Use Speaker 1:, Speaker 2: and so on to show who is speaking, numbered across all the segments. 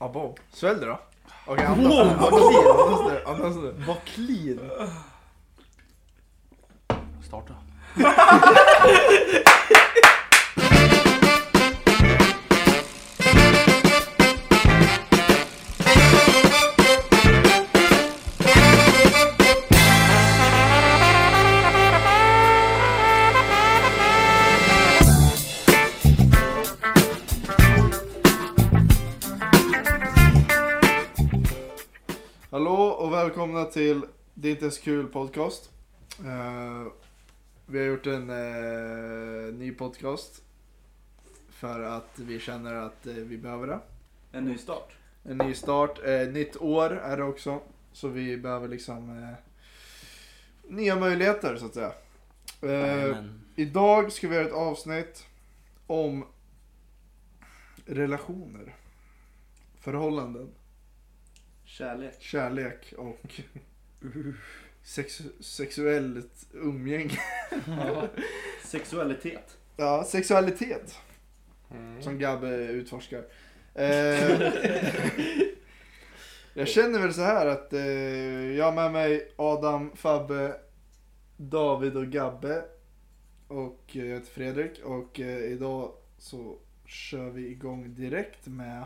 Speaker 1: Abo. Svälj det då. Okej, andas,
Speaker 2: Wow!
Speaker 1: andas in. Andas nu. Andas nu.
Speaker 2: Vad clean.
Speaker 3: Starta.
Speaker 1: Hallå och välkomna till Det är inte ens kul podcast. Eh, vi har gjort en eh, ny podcast. För att vi känner att eh, vi behöver det.
Speaker 3: En ny start.
Speaker 1: En ny start, eh, nytt år är det också. Så vi behöver liksom eh, nya möjligheter så att säga. Eh,
Speaker 3: Jajamän.
Speaker 1: idag ska vi göra ett avsnitt om relationer. Förhållanden,
Speaker 2: Kärlek.
Speaker 1: kärlek och sex, sexuellt umgänge.
Speaker 2: Sexualitet.
Speaker 1: Ja, sexualitet. Som Gabbe utforskar. Eh, jag känner väl så här att eh, jag har med mig Adam, Fabbe, David och Gabbe. Och eh, jag heter Fredrik och eh, idag så kör vi igång direkt med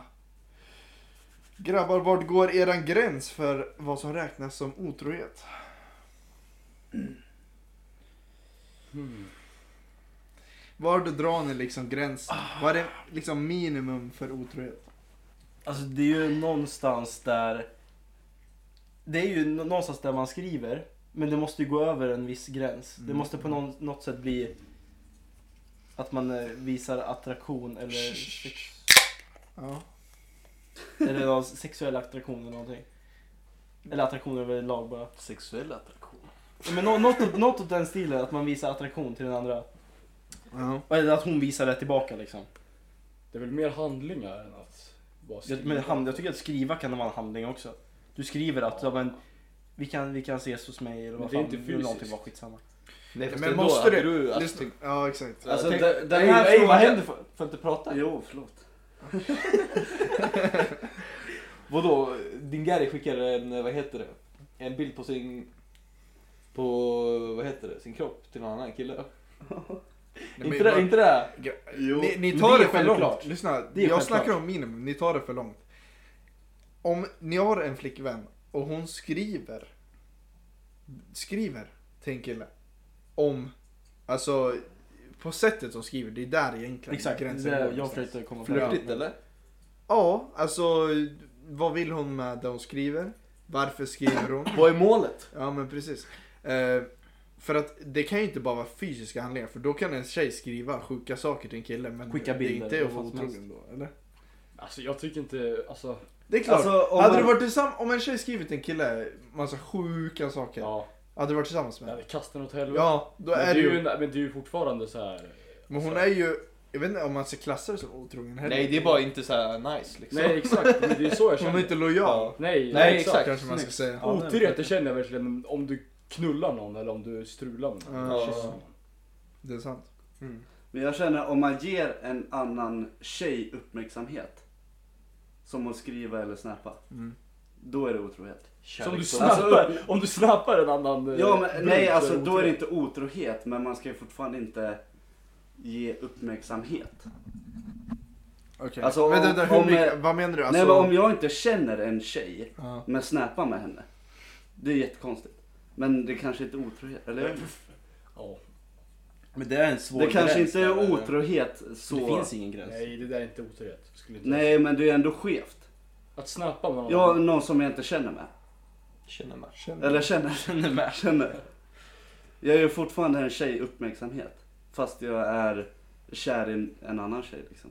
Speaker 1: Grabbar, vart går eran gräns för vad som räknas som otrohet?
Speaker 3: Hmm.
Speaker 1: Var drar ni liksom gränsen? Vad är liksom minimum för otrohet?
Speaker 3: Alltså det är ju någonstans där... Det är ju nå- någonstans där man skriver. Men det måste ju gå över en viss gräns. Det
Speaker 1: Mm.
Speaker 3: måste på någon, något sätt bli att man eh, visar attraktion eller, sex,
Speaker 1: Ja.
Speaker 3: eller någon sexuell attraktion eller någonting. Eller attraktion överlag bara.
Speaker 4: Sexuell attraktion.
Speaker 3: Ja, Men nå- något, något åt den stilen, att man visar attraktion till den andra.
Speaker 1: ja.
Speaker 3: Eller att hon visar det tillbaka liksom.
Speaker 4: Det är väl mer handlingar än att bara
Speaker 3: Jag, men hand, jag tycker att skriva kan vara en handling också. Du skriver att ja, men, vi, kan, vi kan ses hos mig eller
Speaker 4: Men
Speaker 3: vad
Speaker 4: det är
Speaker 3: fan,
Speaker 4: inte
Speaker 3: det är någonting,
Speaker 4: fysiskt.
Speaker 3: bara skitsamma.
Speaker 4: Nej,
Speaker 1: Men
Speaker 4: fast ändå
Speaker 1: måste
Speaker 4: hade
Speaker 1: det-
Speaker 4: Du, att,
Speaker 1: Lyssna. Ja, exakt.
Speaker 4: alltså,
Speaker 3: tänk-
Speaker 4: den, den
Speaker 3: den här
Speaker 4: här
Speaker 3: frågan-
Speaker 4: händer? Får får jag inte prata?
Speaker 2: Jo, förlåt.
Speaker 4: Vadå? Din Gary skickade en, vad heter det? En bild på sin... På, vad heter det? Sin kropp till någon annan kille.
Speaker 1: Nej, men
Speaker 4: inte, det,
Speaker 1: bara-
Speaker 4: inte det?
Speaker 2: Jo.
Speaker 1: Ni, ni
Speaker 3: men
Speaker 1: tar
Speaker 3: det
Speaker 1: det,
Speaker 3: är
Speaker 1: för
Speaker 3: självklart.
Speaker 1: långt. Lyssna,
Speaker 3: Det är
Speaker 1: jag
Speaker 3: självklart.
Speaker 1: snackar om minimum. Ni tar det för långt. Om ni har en flickvän och hon skriver skriver till en kille om, alltså på sättet hon skriver, det är där egentligen
Speaker 3: Exakt, det
Speaker 1: gränsen
Speaker 3: är
Speaker 1: går.
Speaker 3: det jag
Speaker 1: någonstans.
Speaker 3: försökte komma fram
Speaker 4: Flörtigt
Speaker 3: till.
Speaker 4: eller?
Speaker 1: Ja, alltså vad vill hon med det hon skriver? Varför skriver hon?
Speaker 4: Vad är målet?
Speaker 1: Ja men precis. Eh, för att det kan ju inte bara vara fysiska handlingar för då kan en tjej skriva sjuka saker till en kille men
Speaker 3: Skicka bilder,
Speaker 1: det är inte
Speaker 3: vad
Speaker 1: att vara
Speaker 3: fan som
Speaker 1: otrogen då eller?
Speaker 5: Alltså jag tycker inte, alltså.
Speaker 1: Det är klart.
Speaker 3: Alltså, om
Speaker 1: hade
Speaker 3: man-
Speaker 1: du varit tillsammans, om en tjej skrivit till en kille massa sjuka saker,
Speaker 5: Ja.
Speaker 1: hade du varit tillsammans med
Speaker 5: Nej,
Speaker 1: henne?
Speaker 5: vi kastar den åt helvete.
Speaker 1: Ja, då
Speaker 5: men,
Speaker 1: är du
Speaker 5: det är ju,
Speaker 1: ju...
Speaker 5: en- men det är ju fortfarande så här.
Speaker 1: Men hon är ju, jag vet inte om man ska klassa det som otrogen heller.
Speaker 4: Nej, det är bara inte så här nice liksom.
Speaker 5: Nej exakt, men det är så jag
Speaker 1: Hon är
Speaker 5: känner.
Speaker 1: inte lojal,
Speaker 5: Nej,
Speaker 4: Nej,
Speaker 5: exakt.
Speaker 4: exakt.
Speaker 1: kanske man ska säga.
Speaker 3: Ja,
Speaker 5: Oturhet det känner jag verkligen om du knullar någon eller om du strular med någon.
Speaker 1: Ja.
Speaker 5: Kysser någon.
Speaker 1: Det är sant.
Speaker 2: Men jag känner om man ger en annan tjej uppmärksamhet. Som att skriva eller snappa.
Speaker 1: Mm.
Speaker 2: Då är det otrohet.
Speaker 5: Som du
Speaker 4: Kärlekssorg.
Speaker 5: snappar, om du snappar en annan eh,
Speaker 2: Ja, men,
Speaker 5: brud
Speaker 2: nej,
Speaker 5: så
Speaker 2: alltså då är det
Speaker 5: otroligt.
Speaker 2: inte otrohet. Men man ska ju fortfarande inte ge uppmärksamhet.
Speaker 1: Okej.
Speaker 2: Alltså,
Speaker 1: vänta,
Speaker 2: om-
Speaker 1: vänta, hur
Speaker 2: om,
Speaker 1: mycket,
Speaker 2: eh,
Speaker 1: vad menar du?
Speaker 2: Nej,
Speaker 1: Alltså,
Speaker 2: men om jag inte känner en tjej
Speaker 1: ja.
Speaker 2: men snappar med henne. Det är jättekonstigt. Men det kanske inte är otrohet. Eller? jag vet inte.
Speaker 5: Ja.
Speaker 3: Men det är en svår
Speaker 2: Det kanske
Speaker 3: gräns
Speaker 2: inte
Speaker 3: där,
Speaker 2: är
Speaker 3: eller?
Speaker 2: otrohet så.
Speaker 3: Det finns ingen gräns.
Speaker 5: Nej, det där är inte oturhet. Skulle inte
Speaker 2: Nej, men det är ändå skevt.
Speaker 5: Att snappa med någon
Speaker 2: Jag
Speaker 5: annan.
Speaker 2: någon som jag inte känner med.
Speaker 4: Känner man.
Speaker 1: Känner-
Speaker 2: Eller känner.
Speaker 3: Känner med.
Speaker 2: känner. Jag ger fortfarande en tjej uppmärksamhet. Fast jag är kär i en annan tjej liksom.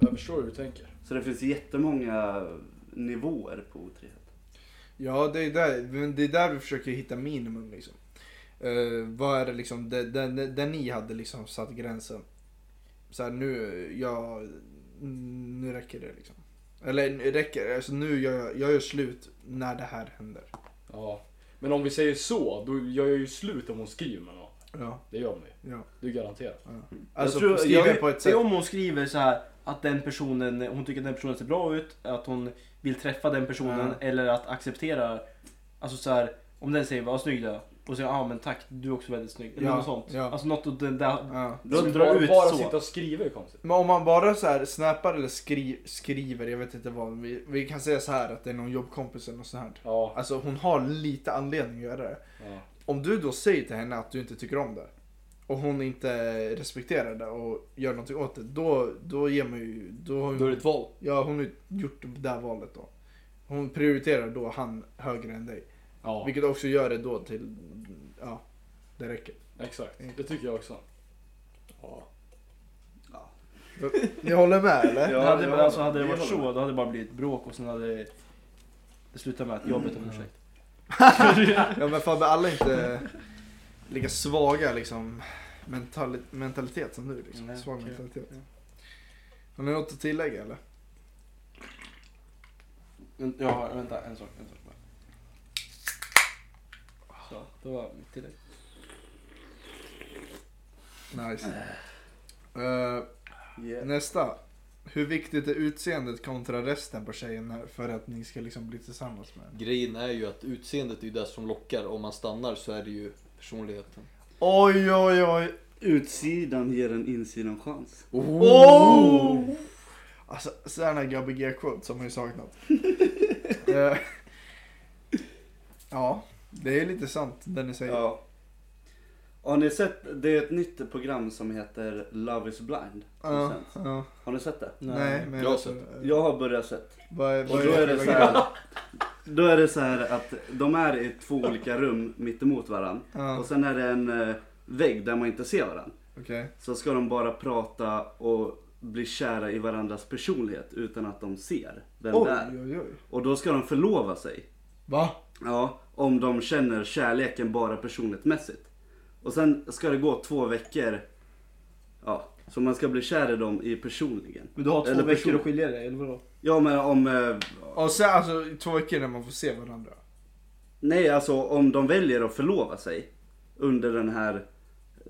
Speaker 5: Jag förstår hur du tänker.
Speaker 2: Så det finns jättemånga nivåer på otrohet.
Speaker 1: Ja, det är där, men det är där vi försöker hitta minimum. Liksom. Eh, vad är det liksom, där, där, där ni hade liksom satt gränsen? Så här, nu, ja, nu räcker det liksom. Eller nu räcker alltså nu gör jag, jag gör slut när det här händer.
Speaker 5: Ja. Men om vi säger så, då gör jag ju slut om hon skriver med någon.
Speaker 1: Ja,
Speaker 5: Det gör hon ju.
Speaker 1: ja.
Speaker 5: Det är garanterat.
Speaker 1: Alltså
Speaker 3: tror-
Speaker 1: skriver
Speaker 3: jag-
Speaker 1: på ett
Speaker 3: Det är
Speaker 1: sätt.
Speaker 3: om hon skriver så här att den personen, hon tycker att den personen ser bra ut, att hon vill träffa den personen
Speaker 1: Mm.
Speaker 3: eller att acceptera, alltså så här, om den säger vad snygg du är och säger ja ah, men tack, du är också väldigt snygg. Eller
Speaker 1: Ja,
Speaker 3: något sånt.
Speaker 1: ja.
Speaker 3: Alltså något åt den där,
Speaker 1: Ja.
Speaker 3: Då
Speaker 5: Men
Speaker 3: drar
Speaker 5: bara,
Speaker 3: ut
Speaker 5: bara
Speaker 3: så.
Speaker 5: sitta och skriva är konstigt.
Speaker 1: Men om man bara så här snappar eller skri skriver, jag vet inte vad. Vi, vi kan säga så här att det är någon jobbkompis eller något sånt här.
Speaker 5: Ja.
Speaker 1: Alltså hon har lite anledning att göra det.
Speaker 5: ja.
Speaker 1: Om du då säger till henne att du inte tycker om det och hon inte respekterar det och gör någonting åt det. Då, då ger man ju... Då har
Speaker 4: Då är det
Speaker 1: hon,
Speaker 4: ett val.
Speaker 1: ja, hon har ju gjort det där valet då. Hon prioriterar då han högre än dig.
Speaker 5: ja.
Speaker 1: Vilket också gör det då till... Ja, det räcker.
Speaker 5: Exakt. Det tycker jag också.
Speaker 1: Ni håller med eller?
Speaker 6: Ja,
Speaker 3: hade,
Speaker 6: ja,
Speaker 3: men alltså, hade det
Speaker 6: vi
Speaker 3: varit
Speaker 6: håller
Speaker 3: så, då hade det bara blivit bråk och sen hade det slutat med att jag bett om ursäkt.
Speaker 1: Ja men Fabbe, alla är inte lika svaga liksom mentali- mentalitet som du. Liksom.
Speaker 3: Nej,
Speaker 1: Svag
Speaker 3: okej.
Speaker 1: mentalitet.
Speaker 3: Ja.
Speaker 1: Har ni något att tillägga eller?
Speaker 3: Men, ja, vänta, en sak, en sak bara. Så, det var mitt tillägg.
Speaker 1: Nice. Eh,
Speaker 6: Yeah.
Speaker 1: nästa. Hur viktigt är utseendet kontra resten på tjejen här för att ni ska liksom bli tillsammans med henne?
Speaker 4: Grejen är ju att utseendet är ju det som lockar. Om man stannar så är det ju personligheten.
Speaker 1: Oj oj oj!
Speaker 6: Utsidan ger en insidan chans.
Speaker 1: Oh! Alltså sådana Gabby G-quotes som man ju saknat. Eh, ja, det är lite sant det ni säger.
Speaker 6: Ja. Har ni sett, det är ett nytt program som heter Love is blind. som
Speaker 1: Ja,
Speaker 6: sänds.
Speaker 1: ja.
Speaker 6: Har ni sett det?
Speaker 1: Nej, men...
Speaker 4: jag har
Speaker 1: alltså,
Speaker 4: sett.
Speaker 1: eh,
Speaker 6: Jag har börjat sett.
Speaker 1: Vad är,
Speaker 6: Och
Speaker 1: vad
Speaker 6: då är det
Speaker 1: vad
Speaker 6: så här, då är det så här att de är i två olika rum mitt emot varandra.
Speaker 1: Ja,
Speaker 6: Och sen är det en eh, vägg där man inte ser varandra.
Speaker 1: okej.
Speaker 6: Så ska de bara prata och bli kära i varandras personlighet utan att de ser vem det är.
Speaker 1: Oj, oj, oj.
Speaker 6: Och då ska de förlova sig.
Speaker 1: Va?
Speaker 6: Ja, om de känner kärleken bara personlighetsmässigt. Och sen ska det gå två veckor. Ja, så man ska bli kär i dem i personligen.
Speaker 3: Men du har två
Speaker 6: Eller
Speaker 3: veckor
Speaker 6: person-
Speaker 3: att skilja dig, eller vadå?
Speaker 6: Ja men om... eh,
Speaker 1: Och sen alltså två veckor när man får se varandra.
Speaker 6: Nej alltså om de väljer att förlova sig. Under den här...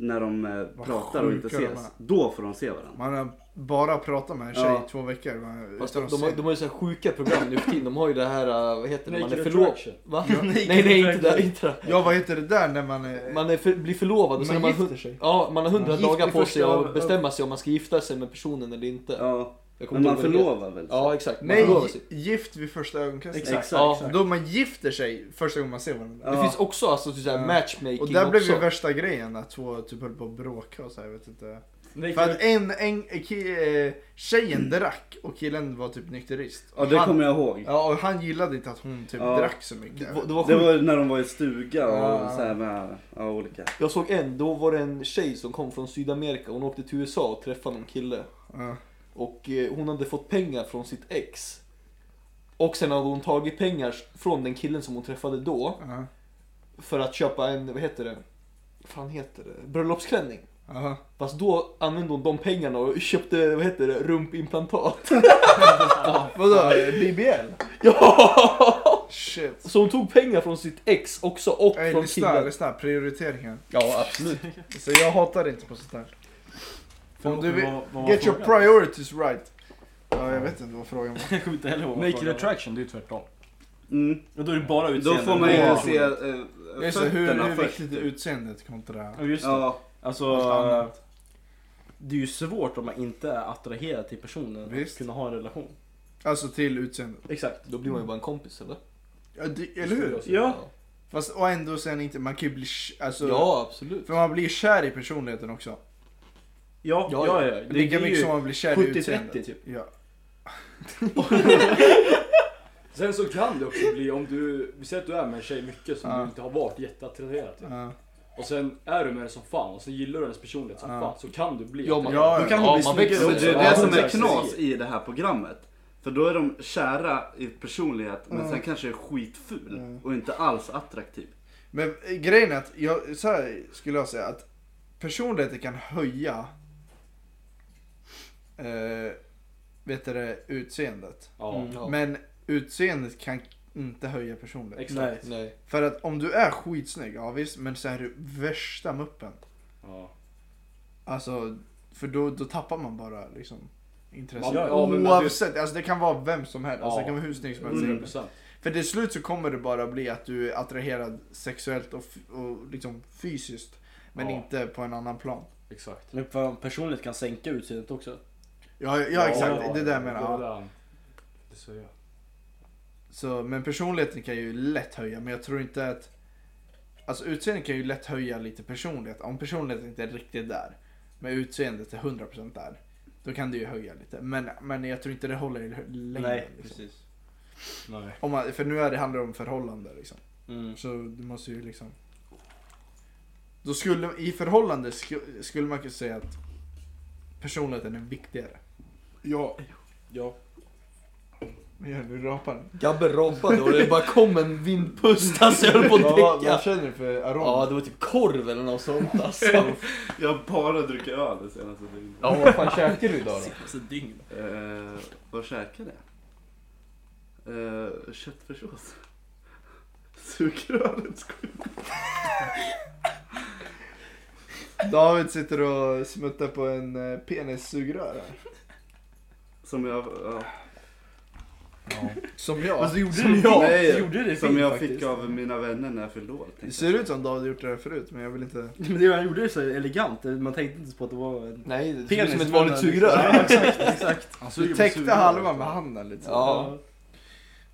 Speaker 6: När de eh,
Speaker 1: Vad
Speaker 6: pratar och inte
Speaker 1: sjuka de är.
Speaker 6: ses. Då får de se varandra.
Speaker 1: Man har bara pratat med en tjej
Speaker 6: Ja.
Speaker 1: i två veckor. Man,
Speaker 4: Fast
Speaker 1: utan
Speaker 4: de,
Speaker 1: att
Speaker 4: de, har,
Speaker 1: se.
Speaker 4: de har ju så här sjuka program nu för tiden. De har ju det här, eh, vad heter det, man är
Speaker 5: Naked
Speaker 4: förlovad.
Speaker 5: attraction.
Speaker 4: Va?
Speaker 1: Ja.
Speaker 4: Nej, nej, inte det. Inte det.
Speaker 1: Ja, vad heter det där när man är...
Speaker 4: Man är för, blir förlovad och sen
Speaker 1: man
Speaker 4: har man,
Speaker 1: gifter
Speaker 4: hun-
Speaker 1: sig.
Speaker 4: ja, man har hundra
Speaker 1: Man är gift
Speaker 4: dagar
Speaker 1: i
Speaker 4: på
Speaker 1: första
Speaker 4: sig
Speaker 1: över-
Speaker 4: att bestämma sig om man ska gifta sig med personen eller inte.
Speaker 6: Ja,
Speaker 4: Jag kommer
Speaker 6: men man
Speaker 4: inte ihåg vad det
Speaker 6: förlovar väl
Speaker 4: heter.
Speaker 6: sig?
Speaker 4: Ja, exakt. Man
Speaker 1: Nej,
Speaker 4: förlovar sig.
Speaker 1: gi- gift vid första ögonkastet.
Speaker 6: Exakt.
Speaker 4: Ja.
Speaker 1: Då man gifter sig första gången man ser varandra.
Speaker 6: Ja.
Speaker 4: Det finns också alltså, så här,
Speaker 1: Ja.
Speaker 4: matchmaking
Speaker 1: Och där blev
Speaker 4: också.
Speaker 1: ju värsta grejen att två typ höll på att bråka och så här, jag vet inte. För
Speaker 5: Naked,
Speaker 1: att en, en ki- eh, tjejen drack och killen var typ nykterist.
Speaker 6: Ja det
Speaker 1: Han-
Speaker 6: kommer jag ihåg.
Speaker 1: Ja, och han gillade inte att hon typ
Speaker 6: Ja.
Speaker 1: drack så mycket.
Speaker 4: Det var- det var
Speaker 6: Det
Speaker 4: sjukt.
Speaker 6: var när de var i stuga och
Speaker 1: Ja.
Speaker 6: så här med ja, olika.
Speaker 4: Jag såg en, då var det en tjej som kom från Sydamerika. Hon åkte till USA och träffade någon kille.
Speaker 1: Ja.
Speaker 4: Och eh, hon hade fått pengar från sitt ex. Och sen hade hon tagit pengar från den killen som hon träffade då.
Speaker 1: Ja.
Speaker 4: För att köpa en, vad heter det? Vad fan heter det? Bröllopsklänning.
Speaker 1: Ja.
Speaker 4: Fast då använde hon de pengarna och köpte, vad heter det, rumpimplantat.
Speaker 1: Vadå? BBL?
Speaker 4: ja!
Speaker 1: Shit.
Speaker 4: Så hon tog pengar från sitt ex också och
Speaker 1: Ey,
Speaker 4: från
Speaker 1: lyssna,
Speaker 4: killen.
Speaker 1: lyssna. Prioriteringar.
Speaker 4: Ja, absolut.
Speaker 1: Så jag hatar inte på sånt här. Om
Speaker 3: Förlåt,
Speaker 1: du
Speaker 3: men
Speaker 1: vill,
Speaker 3: vad- vad var
Speaker 1: get your
Speaker 3: frågan?
Speaker 1: priorities right. Ja, jag vet inte vad frågan var.
Speaker 3: Jag kommer inte heller ihåg vad
Speaker 5: naked
Speaker 3: frågan var.
Speaker 5: attraction, det är ju tvärtom.
Speaker 6: Mm.
Speaker 3: Och då är det bara
Speaker 6: Då
Speaker 3: utseende.
Speaker 6: får man ju
Speaker 1: Ja.
Speaker 6: se eh,
Speaker 1: Just det, hur,
Speaker 6: fötterna
Speaker 1: hur
Speaker 6: först.
Speaker 1: viktigt är utseendet kontra...
Speaker 3: Ja, just det.
Speaker 6: Ja,
Speaker 3: Alltså,
Speaker 1: Allt annat.
Speaker 3: det är ju svårt om man inte är attraherad till personen
Speaker 1: Visst.
Speaker 3: att kunna ha en relation.
Speaker 1: Alltså till utseendet.
Speaker 3: Exakt.
Speaker 4: Då blir man ju bara en kompis eller?
Speaker 1: Ja, det, eller hur?
Speaker 3: Ja.
Speaker 1: Fast och ändå sen inte, man kan ju bli... k- Alltså,
Speaker 4: Ja, absolut.
Speaker 1: För man blir kär i personligheten också.
Speaker 3: Ja, ja,
Speaker 4: Ja,
Speaker 3: ja.
Speaker 4: ja.
Speaker 3: Det, det
Speaker 1: Lika
Speaker 3: är
Speaker 1: mycket som
Speaker 3: ju...
Speaker 1: man blir kär i
Speaker 3: 70-30
Speaker 1: utseendet.
Speaker 3: typ.
Speaker 1: Ja.
Speaker 5: Sen så kan det också bli om du, vi säger att du är med en tjej mycket som
Speaker 1: Ja.
Speaker 5: du inte har varit jätteattraherad till.
Speaker 1: ja.
Speaker 5: Och sen är du med henne som fan och sen gillar du hennes personlighet som
Speaker 1: Ja.
Speaker 5: fan. Så kan du bli
Speaker 4: Ja, man,
Speaker 1: Ja,
Speaker 3: då kan hon
Speaker 4: ja,
Speaker 3: bli
Speaker 4: man
Speaker 3: snygg.
Speaker 4: växer
Speaker 6: Så
Speaker 5: Så
Speaker 6: det är
Speaker 5: det-
Speaker 6: det
Speaker 5: ja,
Speaker 6: som är
Speaker 5: exakt.
Speaker 6: knas i det här programmet. För då är de kära i personlighet men sen kanske är skitful
Speaker 1: Mm.
Speaker 6: och inte alls attraktiv.
Speaker 1: Men eh, grejen är att, jag, så här skulle jag säga att personligheter kan höja eh, vet du det, utseendet.
Speaker 5: Ja.
Speaker 3: Mm.
Speaker 4: Ja.
Speaker 1: Men utseendet kan inte höja personlighet.
Speaker 5: Exakt.
Speaker 3: Nej.
Speaker 4: Nej.
Speaker 1: För att om du är skitsnygg, ja visst, men så är du värsta muppen.
Speaker 5: Ja.
Speaker 1: Alltså, för då, då tappar man bara liksom. intresse.
Speaker 5: Ja, ja, men-
Speaker 1: Oavsett, alltså det kan vara vem som helst. Alltså, det kan vara hur snygg som helst.
Speaker 5: 100%.
Speaker 1: För till slut så kommer det bara bli att du är attraherad sexuellt och, f- och liksom fysiskt. Men
Speaker 5: Ja.
Speaker 1: inte på en annan plan.
Speaker 5: Exakt.
Speaker 3: Men fan, personligt kan sänka utseendet också.
Speaker 1: Ja, ja, exakt. det är det jag menar.
Speaker 5: Det,
Speaker 1: Ja.
Speaker 5: där. det ser jag.
Speaker 1: Så, men personligheten kan ju lätt höja, men jag tror inte att... Alltså utseendet kan ju lätt höja lite personlighet. Om personligheten inte är riktigt där, men utseendet är 100% där. Då kan det ju höja lite. Men, men jag tror inte det håller i längden.
Speaker 3: Nej,
Speaker 1: liksom.
Speaker 3: precis.
Speaker 5: Nej.
Speaker 1: om man, för nu är det, handlar det om förhållande liksom.
Speaker 3: Mm.
Speaker 1: Så du måste ju liksom... Då skulle, i förhållande sku, skulle man kunna säga att personligheten är viktigare.
Speaker 5: Ja. Ja.
Speaker 1: Men jag nu rapar den.
Speaker 4: Gabbe robbade och det bara kom en vindpust alltså jag höll på
Speaker 1: Vad, vad,
Speaker 4: att
Speaker 1: vad
Speaker 4: däcka.
Speaker 1: känner du för arom?
Speaker 4: Ja det var typ korv eller något sånt alltså.
Speaker 2: Jag har bara druckit öl det senaste dygnet.
Speaker 4: Ja vad fan käkade du idag då?
Speaker 3: Senaste dygnet.
Speaker 2: Eh, vad käkade jag? Eh, köttfärssås. Sugrörets skull.
Speaker 1: David sitter och smuttar på en eh, penissugrör här.
Speaker 2: Som jag... ja.
Speaker 1: Som jag.
Speaker 2: Alltså,
Speaker 1: gjorde
Speaker 2: Som jag, nej,
Speaker 3: gjorde det
Speaker 2: som
Speaker 3: fint
Speaker 2: jag
Speaker 3: faktiskt.
Speaker 2: fick av mina vänner när jag fyllde år. tänkte
Speaker 1: det
Speaker 2: jag.
Speaker 1: ser ut som David gjort det här förut men jag vill inte...
Speaker 3: Men det han gjorde det så elegant. Man tänkte inte på att det var en...
Speaker 4: Nej det ser ut som
Speaker 3: Penis,
Speaker 4: ett vanligt
Speaker 3: men-
Speaker 4: sugrör.
Speaker 3: Ja, exakt, exakt.
Speaker 5: Han suger
Speaker 1: Du
Speaker 5: på
Speaker 1: täckte
Speaker 5: sugrör,
Speaker 1: halva
Speaker 5: alltså.
Speaker 1: med handen lite så.
Speaker 4: Ja.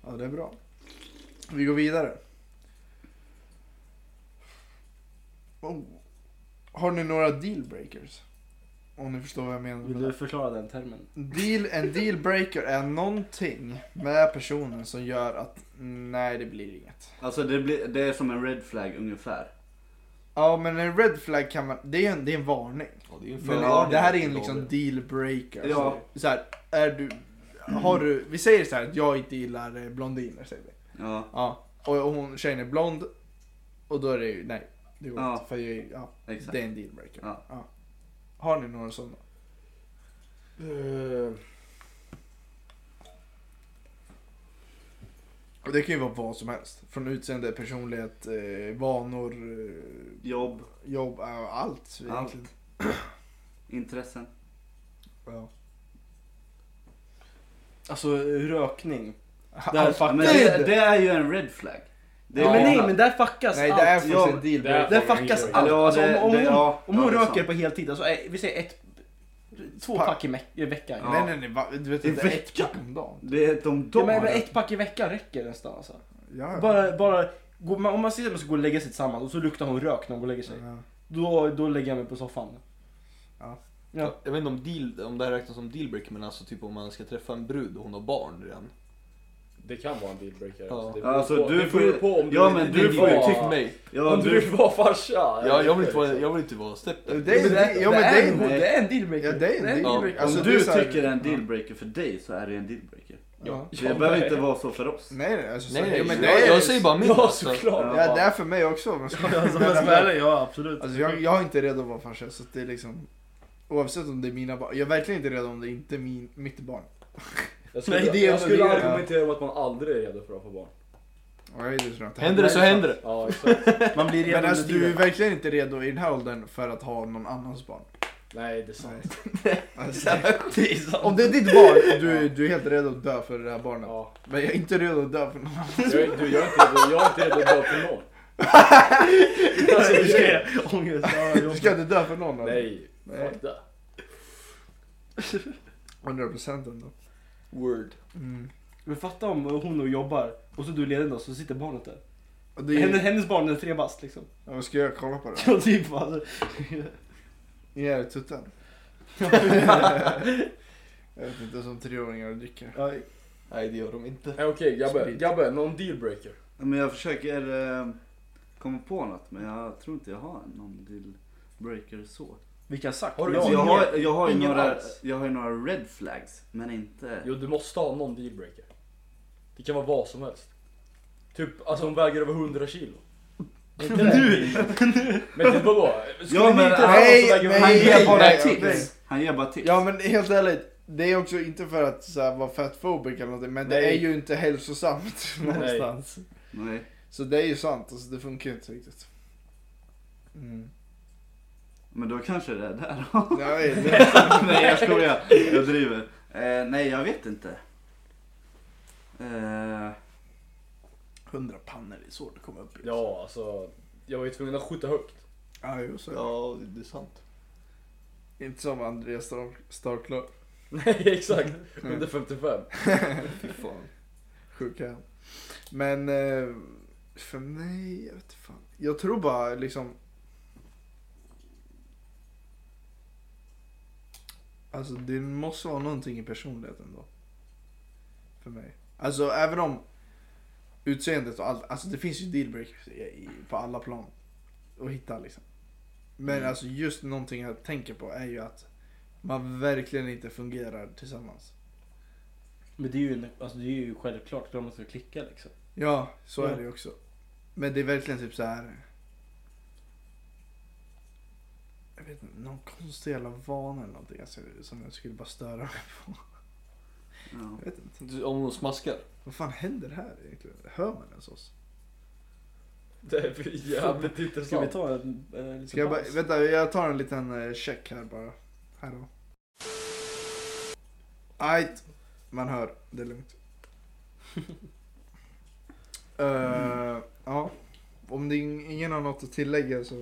Speaker 1: ja det är bra. Vi går vidare. Oh. Har ni några dealbreakers? Om ni förstår vad jag menar.
Speaker 3: Vill
Speaker 1: med
Speaker 3: du
Speaker 1: det.
Speaker 3: förklara den termen?
Speaker 1: Deal, en dealbreaker är någonting med personen som gör att nej det blir inget.
Speaker 2: Alltså det, blir, det är som en red flag ungefär.
Speaker 1: Ja men en red flag kan man, det är en, det är en varning.
Speaker 4: Ja, det är ju en
Speaker 1: Men
Speaker 4: förvarning
Speaker 1: det här är en
Speaker 4: till
Speaker 1: liksom
Speaker 4: David.
Speaker 1: dealbreaker.
Speaker 2: Ja.
Speaker 1: Så här, är du, har du, vi säger så här att jag inte gillar eh, blondiner säger vi.
Speaker 2: Ja,
Speaker 1: Ja. Och hon, tjejen är blond och då är det ju nej. Det går
Speaker 2: Ja.
Speaker 1: inte. För jag, ja,
Speaker 2: exakt.
Speaker 1: det är en dealbreaker.
Speaker 2: Ja.
Speaker 1: Har ni några sådana?
Speaker 5: Eh,
Speaker 1: Och det kan ju vara vad som helst. Från utseende, personlighet, eh, vanor, eh,
Speaker 2: Jobb,
Speaker 1: jobb, eh, allt. egentligen.
Speaker 2: intressen.
Speaker 1: Ja.
Speaker 3: Alltså rökning. Där
Speaker 1: Allt.
Speaker 2: Ja, men
Speaker 3: fuckas
Speaker 2: det,
Speaker 1: inte.
Speaker 2: det är ju en red flag. Det
Speaker 3: Ja,
Speaker 2: är
Speaker 3: men nej,
Speaker 2: många-
Speaker 3: men där fuckas
Speaker 1: Nej
Speaker 3: allt.
Speaker 1: det är faktiskt
Speaker 2: Ja,
Speaker 1: en dealbreaker.
Speaker 5: det
Speaker 3: Där fuckas
Speaker 5: Ja,
Speaker 3: allt.
Speaker 2: det-
Speaker 3: Alltså, om, om,
Speaker 2: det-
Speaker 3: hon,
Speaker 2: ja,
Speaker 3: om hon
Speaker 2: ja, det är
Speaker 3: röker
Speaker 2: sant.
Speaker 3: på heltid, alltså, eh, vi säger ett, två
Speaker 1: Pack.
Speaker 3: pack i, me- i veckan.
Speaker 2: Ja.
Speaker 1: Nej nej nej, va? du vet
Speaker 2: I
Speaker 1: inte ett
Speaker 2: veckan.
Speaker 1: pack om dagen.
Speaker 2: Det är de
Speaker 3: Ja,
Speaker 2: dagar.
Speaker 3: men, men ett pack i veckan räcker nästan alltså.
Speaker 1: Ja.
Speaker 3: Bara, bara, gå- om man sitter och ska gå och lägga sig tillsammans och så luktar hon rök när hon går och lägger sig.
Speaker 1: Ja.
Speaker 3: Då, då lägger jag mig på soffan.
Speaker 1: Ja.
Speaker 3: Ja.
Speaker 4: Jag vet inte om, deal, om det här räknas som dealbreaker men alltså typ om man ska träffa en brud och hon har barn redan.
Speaker 5: det kan vara en dealbreaker.
Speaker 4: Ja.
Speaker 5: det beror
Speaker 2: Alltså,
Speaker 5: på-
Speaker 2: du
Speaker 5: det
Speaker 2: får
Speaker 5: beror
Speaker 2: ju-
Speaker 5: på om
Speaker 2: ja, men
Speaker 5: vill-
Speaker 2: du
Speaker 5: vill
Speaker 2: får ju
Speaker 5: vara-
Speaker 4: Tyck typ mig.
Speaker 2: Ja,
Speaker 5: om du vill vara farsa.
Speaker 4: Ja, jag vill inte vara, jag vill inte vara stepdad.
Speaker 1: Det är- det- ja, men det är-
Speaker 3: en, det är en dealbreaker.
Speaker 1: Ja, det är en dealbreaker.
Speaker 4: Ja.
Speaker 1: Alltså,
Speaker 2: Om
Speaker 1: det
Speaker 2: du
Speaker 1: är så här-
Speaker 2: tycker det är en dealbreaker för dig så är det en dealbreaker.
Speaker 1: Ja.
Speaker 2: Det
Speaker 5: Ja,
Speaker 2: behöver
Speaker 5: nej.
Speaker 2: inte vara så för oss.
Speaker 1: Nej, nej, alltså, så-
Speaker 4: Nej, nej,
Speaker 1: ja, men det
Speaker 4: jag,
Speaker 1: är,
Speaker 4: jag säger bara min
Speaker 5: Ja,
Speaker 4: alltså.
Speaker 5: såklart.
Speaker 1: Ja, det är för mig också. om jag ska-
Speaker 3: Ja, alltså, om jag ska vara ärlig, ja absolut.
Speaker 1: Alltså jag, jag är inte redo att vara farsa så att det är liksom Oavsett om det är mina barn, jag är verkligen inte redo om det inte är min, mitt barn.
Speaker 5: Jag skulle,
Speaker 3: Nej, det är
Speaker 5: jag
Speaker 3: ändå
Speaker 5: skulle
Speaker 3: det.
Speaker 5: argumentera om att man aldrig är redo för att få barn.
Speaker 1: Nej, det tror jag inte.
Speaker 4: Händer det så händer det.
Speaker 5: Ja, exakt.
Speaker 3: Man blir redan
Speaker 1: Men alltså
Speaker 3: under
Speaker 1: du är
Speaker 3: tiden.
Speaker 1: verkligen inte redo i den här åldern för att ha någon annans barn.
Speaker 5: Nej, det är sant.
Speaker 1: Alltså,
Speaker 3: Det är sant.
Speaker 1: om det är ditt barn, du, du är helt redo att dö för det här barnet.
Speaker 5: Ja.
Speaker 1: Men jag är inte redo att dö för någon annan.
Speaker 5: Jag, är- du, jag är inte redo, jag är inte redo att dö för någon.
Speaker 3: Alltså, det är ångest. Ja,
Speaker 1: Du
Speaker 3: jobbigt.
Speaker 1: ska inte dö för någon? eller?
Speaker 5: Nej,
Speaker 1: Nej.
Speaker 5: fuck det.
Speaker 1: 100% ändå.
Speaker 4: Word.
Speaker 1: Mm.
Speaker 3: Men fatta om hon och jobbar och så du leder då så sitter barnet där.
Speaker 1: Och det är,
Speaker 3: Hennes, hennes barn är tre bast liksom.
Speaker 1: ja, vad ska jag kolla på det?
Speaker 3: Ja, typ alltså.
Speaker 1: Ge er tutten. jag vet inte som treåringar dricker.
Speaker 3: Ja,
Speaker 4: Nej det gör de inte.
Speaker 5: Nej, Okej, Gabbe.
Speaker 1: Sprit.
Speaker 5: Gabbe, någon dealbreaker?
Speaker 2: Ja, Men jag försöker eh, komma på något men jag tror inte jag har någon dealbreaker så.
Speaker 3: Vilka sagt?
Speaker 5: Har du-
Speaker 2: Alltså,
Speaker 5: Ja,
Speaker 2: jag,
Speaker 5: ingen-
Speaker 2: har, jag, har ju
Speaker 5: ingen
Speaker 2: några,
Speaker 5: alls.
Speaker 2: jag har ju några red flags men inte...
Speaker 5: Jo, du måste ha någon dealbreaker. Det kan vara vad som helst. Typ, alltså hon väger över 100 kilo. Inte nu! Men typ vadå? Skulle
Speaker 2: Ja,
Speaker 5: ni
Speaker 2: men-
Speaker 5: inte ha någon
Speaker 1: nej,
Speaker 5: som väger över
Speaker 2: Han
Speaker 1: nej,
Speaker 5: 100
Speaker 2: ger
Speaker 5: kilo?
Speaker 2: bara
Speaker 1: nej,
Speaker 2: tips.
Speaker 1: nej.
Speaker 2: Han ger bara tips.
Speaker 1: Ja men helt ärligt, det är också inte för att så här, vara fettfobic eller någonting, men det
Speaker 5: Nej.
Speaker 1: är ju inte hälsosamt någonstans.
Speaker 2: Nej.
Speaker 1: Så det är ju sant, alltså, det funkar ju inte riktigt. Mm.
Speaker 2: Men då kanske det är där.
Speaker 1: Nej, det,
Speaker 2: Nej jag skojar, jag driver. Eh, nej, jag vet inte. Eh,
Speaker 1: 100 pannor är svårt att komma upp i.
Speaker 5: Ja, alltså. Jag var ju tvungen att skjuta högt.
Speaker 1: Ja, jo, så är det.
Speaker 4: Ja, det är sant.
Speaker 1: Inte som Andreas Star- Starklar.
Speaker 5: Nej, exakt. Under 55.
Speaker 2: fy fan.
Speaker 1: Sjuk är han. Men eh, för mig, jag vet inte fan. Jag tror bara liksom. Alltså det måste vara någonting i personligheten då. För mig. Alltså även om utseendet och allt. Alltså det finns ju dealbreakers i- i- på alla plan. Att hitta liksom. Men
Speaker 2: Mm.
Speaker 1: alltså just någonting jag tänker på är ju att man verkligen inte fungerar tillsammans.
Speaker 3: Men det är ju, en- alltså, det är ju självklart, klart man ska klicka liksom.
Speaker 1: Ja, så
Speaker 3: Ja.
Speaker 1: är det ju också. Men det är verkligen typ så här. Jag vet inte, någon konstig jävla vana eller någonting alltså, som jag skulle bara störa mig på.
Speaker 2: Ja.
Speaker 1: Jag vet inte.
Speaker 4: Du, Om de smaskar.
Speaker 1: Vad fan händer här egentligen? Hör man ens oss?
Speaker 5: Det är för jävligt
Speaker 3: Ska vi
Speaker 5: intressant.
Speaker 3: ta en, eh, liten
Speaker 1: Ska jag bara,
Speaker 3: paus?
Speaker 1: vänta, jag tar en liten eh, check här bara. Här då. Ajt, man hör. Det är lugnt. Eh, Ja, om det ing- ingen har något att tillägga så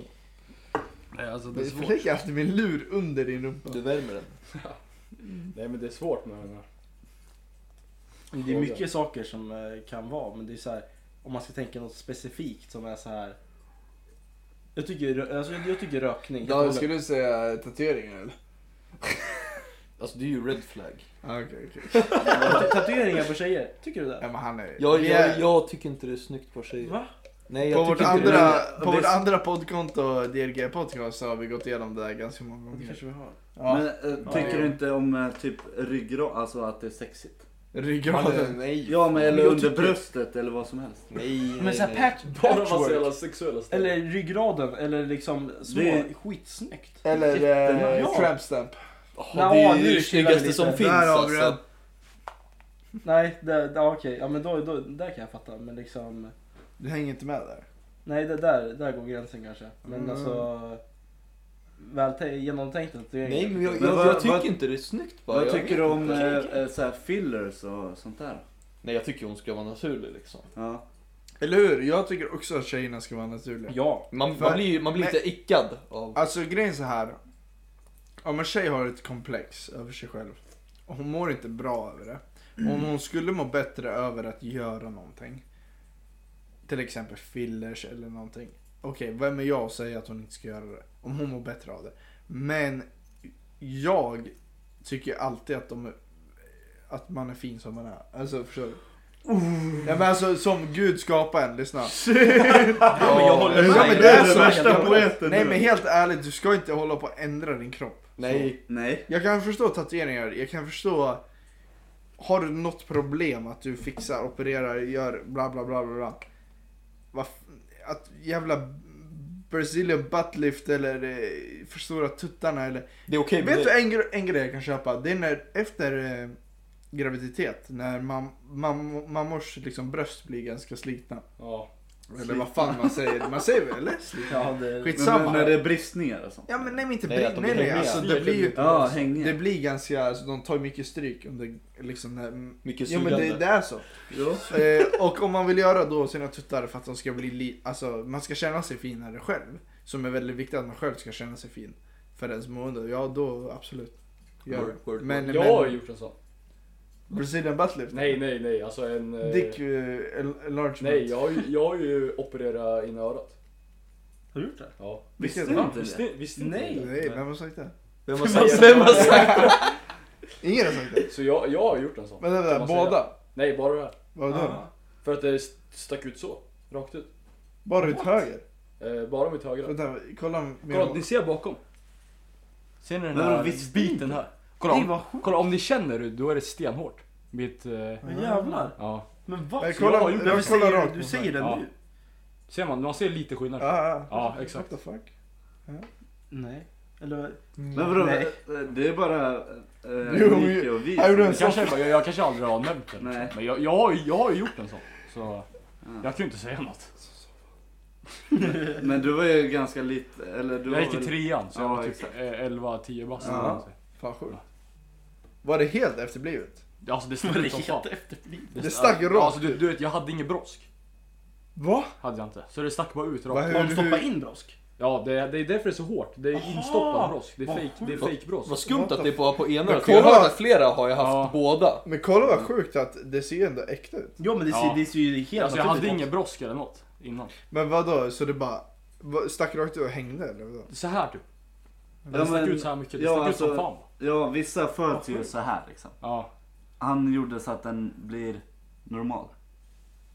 Speaker 5: Nej, alltså det är
Speaker 1: Varför
Speaker 5: svårt.
Speaker 1: lägger jag alltid min lur under din rumpa?
Speaker 4: Du värmer den.
Speaker 5: Nej, men det är svårt med den här.
Speaker 3: Det är mycket saker som eh, kan vara, men det är så här, om man ska tänka något specifikt som är så här. Jag tycker, rö- alltså, jag tycker rökning.
Speaker 1: Ja, du säga tatueringar eller?
Speaker 4: Alltså det är ju red flag.
Speaker 1: Ah, okej, okej.
Speaker 3: Tatu- Tatueringar på tjejer, tycker du
Speaker 1: Ja,
Speaker 3: det?
Speaker 1: men han är...
Speaker 4: Jag,
Speaker 1: vi
Speaker 4: jag,
Speaker 1: är
Speaker 4: jag tycker inte det är snyggt på tjejer.
Speaker 3: Va?
Speaker 4: Nej,
Speaker 1: på
Speaker 4: jag
Speaker 1: vårt,
Speaker 4: tycker inte
Speaker 1: andra, på
Speaker 4: det.
Speaker 3: det är-
Speaker 1: vårt andra poddkonto, DLG Podcast, så har vi gått igenom det där ganska många
Speaker 3: Det
Speaker 1: gånger.
Speaker 3: kanske vi har.
Speaker 1: Ja.
Speaker 2: Men eh, tycker
Speaker 1: Ja.
Speaker 2: du inte om eh, typ ryggrad, alltså att det är sexigt?
Speaker 1: Ryggraden.
Speaker 4: Nej.
Speaker 2: Ja, men eller
Speaker 4: Jag
Speaker 2: under
Speaker 4: tycker-
Speaker 2: bröstet eller vad som helst.
Speaker 4: Nej,
Speaker 3: Men
Speaker 4: nej,
Speaker 3: såhär
Speaker 4: nej.
Speaker 3: patch,
Speaker 5: Bara man ser alla
Speaker 3: patchwork.
Speaker 5: sexuella ställen.
Speaker 3: Eller ryggraden, eller liksom små.
Speaker 2: Det-
Speaker 3: Skitsnyggt.
Speaker 1: Eller eh,
Speaker 3: Ja.
Speaker 1: tramp stamp.
Speaker 4: Åh,
Speaker 3: Nej,
Speaker 4: det är
Speaker 3: nu
Speaker 4: ju
Speaker 3: chillar
Speaker 4: det
Speaker 3: vi
Speaker 4: snyggaste
Speaker 3: lite.
Speaker 4: som
Speaker 3: Där
Speaker 4: finns
Speaker 1: har vi
Speaker 4: alltså.
Speaker 3: Nej, det, det, ja, okej. Ja men då, då, där kan jag fatta. Men liksom.
Speaker 1: Du hänger inte med där.
Speaker 3: Nej, det där, där går gränsen kanske. Men
Speaker 1: Mm.
Speaker 3: alltså. Väl te- genomtänkt tatueringar.
Speaker 4: Nej men jag, jag,
Speaker 2: Men vad-
Speaker 4: jag tycker
Speaker 2: vad-
Speaker 4: inte det är snyggt bara.
Speaker 2: Vad
Speaker 4: Jag
Speaker 2: tycker
Speaker 4: vet
Speaker 2: du om
Speaker 4: inte.
Speaker 2: eh, eh, så här fillers och sånt där?
Speaker 4: Nej jag tycker hon ska vara naturlig liksom.
Speaker 2: Ja.
Speaker 1: Eller hur? Jag tycker också att tjejerna ska vara naturliga.
Speaker 3: Ja.
Speaker 4: Man,
Speaker 1: För-
Speaker 4: man blir, man blir
Speaker 1: men-
Speaker 4: lite ickad av...
Speaker 1: Alltså grejen är så här. Om en tjej har ett komplex över sig själv och hon mår inte bra över det. Om hon skulle må bättre över att göra någonting. Till exempel fillers eller någonting. Okej, vem är jag att säga att hon inte ska göra det? Om hon mår bättre av det. Men jag tycker alltid att de är, att man är fin som man är. Alltså förstår du? Ja, men alltså som Gud skapade en, lyssna.
Speaker 4: Ja, men jag håller
Speaker 1: Ja,
Speaker 4: med.
Speaker 1: men det är
Speaker 2: den
Speaker 1: så.
Speaker 2: värsta
Speaker 1: Jag-
Speaker 2: poeten
Speaker 1: Nej
Speaker 2: nu.
Speaker 1: men helt ärligt, du ska inte hålla på att ändra din kropp.
Speaker 4: Nej.
Speaker 2: Nej.
Speaker 1: Jag kan förstå tatueringar, jag kan förstå... Har du något problem att du fixar, opererar, gör bla bla bla bla bla. Vad f- Att jävla Brazilian buttlift eller eh, förstora tuttarna eller...
Speaker 4: Det är okej
Speaker 1: Vet
Speaker 4: med
Speaker 1: du en, gre- en grej jag kan köpa? Det är när, efter eh, graviditet, när mam, mam, mammors liksom, bröst blir ganska slitna.
Speaker 5: Ja.
Speaker 1: Eller vad fan man säger. Man säger väl eller?
Speaker 3: ja det,
Speaker 1: Skitsamma.
Speaker 2: Men, när det är bristningar och sånt?
Speaker 1: Ja men nej men inte
Speaker 4: Nej,
Speaker 1: bli,
Speaker 4: att de
Speaker 1: nej, nej,
Speaker 4: hänger.
Speaker 1: alltså det blir ju...
Speaker 2: Ja,
Speaker 1: Det
Speaker 2: hängiga.
Speaker 1: blir ganska, alltså, de tar mycket stryk under liksom när...
Speaker 4: mycket
Speaker 1: Jo men det, det
Speaker 4: sugande.
Speaker 1: är så.
Speaker 2: Jo.
Speaker 1: Eh, och om man vill göra då sina tuttar för att de ska bli, li- alltså man ska känna sig finare själv. Som är väldigt viktigt att man själv ska känna sig fin. För ens mående, ja då absolut. Gör
Speaker 4: Word, word,
Speaker 1: det. Men,
Speaker 5: Jag har
Speaker 1: men
Speaker 5: ju gjort en sån.
Speaker 1: Brazilian buttlift?
Speaker 5: Nej, nej, nej. Alltså en... eh,
Speaker 1: Dick eh, en- enlargement?
Speaker 5: Nej, jag har ju, jag har ju opererat in örat.
Speaker 3: har du gjort det?
Speaker 5: Ja.
Speaker 2: Visste du
Speaker 1: Va?
Speaker 2: inte det?
Speaker 5: Visste, visste inte
Speaker 3: Nej.
Speaker 5: ni det?
Speaker 1: Nej, vem har sagt det?
Speaker 4: Vem har
Speaker 5: Vem
Speaker 4: sagt
Speaker 5: har
Speaker 4: vem har sagt det?
Speaker 1: Ingen har sagt det.
Speaker 5: Så jag, jag har gjort en sån.
Speaker 1: Men
Speaker 5: Kan
Speaker 1: vänta,
Speaker 5: man säga.
Speaker 1: båda?
Speaker 5: Nej, bara det här.
Speaker 1: Vad då?
Speaker 3: Ja.
Speaker 5: För att det st- stack ut så. Rakt ut.
Speaker 1: Bara ut höger?
Speaker 5: Eh, bara mitt högra.
Speaker 1: Vänta, kolla min...
Speaker 5: Kolla, ni ser bakom.
Speaker 4: Ser ni den
Speaker 2: Men vadå,
Speaker 4: här
Speaker 2: visste du
Speaker 4: biten här? Kolla
Speaker 3: Nej
Speaker 4: om,
Speaker 3: vad sjukt.
Speaker 5: Kolla, om ni känner det, då är det stenhårt. Mitt... Eh,
Speaker 3: Men jävlar.
Speaker 5: ja.
Speaker 3: Men vad?
Speaker 1: Nej,
Speaker 3: Så
Speaker 1: kolla-
Speaker 3: jag har gjort det.
Speaker 1: jag
Speaker 3: Du
Speaker 1: kollar
Speaker 3: säger-
Speaker 1: rakt
Speaker 3: Du
Speaker 1: på
Speaker 3: säger det
Speaker 5: Ja.
Speaker 3: nu?
Speaker 5: Ser man? Man ser lite skillnad.
Speaker 1: Ja,
Speaker 5: Ja, exakt.
Speaker 1: Ah, What the fuck?
Speaker 3: Nej. Eller?
Speaker 2: Men vadå,
Speaker 3: Nej.
Speaker 2: eh, det är bara eh,
Speaker 1: Jo, men-
Speaker 2: Nike och vi.
Speaker 1: Jag gjorde en
Speaker 5: Jag kanske, jag, jag kanske aldrig har nämnt den.
Speaker 2: Nej.
Speaker 5: Men jag, jag, har, ju- jag har ju gjort en sån. Så jag kan ju inte säga något.
Speaker 2: Men du var ju ganska liten, eller du
Speaker 5: Jag gick
Speaker 2: var
Speaker 5: i trean så jag
Speaker 2: Ja,
Speaker 5: var typ
Speaker 2: exakt.
Speaker 5: 11-10 bast.
Speaker 1: Ja. Fan sjukt. Var det helt efterblivet?
Speaker 5: Alltså det stack ut som fan.
Speaker 1: Det stack rakt
Speaker 5: Alltså du, du vet, jag hade ingen brosk.
Speaker 1: Va?
Speaker 5: Hade jag inte. Så det stack bara ut
Speaker 1: Vad-
Speaker 5: rakt.
Speaker 3: Har de
Speaker 1: hur-
Speaker 3: stoppat
Speaker 1: hur-
Speaker 3: in brosk?
Speaker 5: Ja, det, är- det är därför det är så hårt. Det är instoppad brosk. Det är
Speaker 1: Vad
Speaker 5: fake, det är
Speaker 4: Vad-
Speaker 5: fake brosk.
Speaker 4: Vad skumt
Speaker 1: What
Speaker 4: att
Speaker 1: the
Speaker 4: det är bara på ena
Speaker 1: Men
Speaker 4: örat, för jag har
Speaker 1: kolla!
Speaker 4: hört att flera har jag haft
Speaker 5: Ja.
Speaker 4: båda.
Speaker 1: Men kolla vad sjukt att det ser ändå äkta ut.
Speaker 3: Ja men det ser,
Speaker 5: Ja.
Speaker 3: det ser ju helt
Speaker 5: Alltså jag hade
Speaker 3: naturligt ut.
Speaker 5: ingen brosk eller något innan.
Speaker 1: Men vadå, så det bara va- stack rakt ut och hängde eller vadå?
Speaker 5: Så här typ.
Speaker 2: Ja,
Speaker 5: det stack
Speaker 2: men-
Speaker 5: ut så här mycket. Det
Speaker 2: ja,
Speaker 5: stack ut som
Speaker 2: alltså-
Speaker 5: fan.
Speaker 2: Ja, vissa föds ju så här liksom.
Speaker 5: Ja.
Speaker 2: Han gjorde så att den blir normal.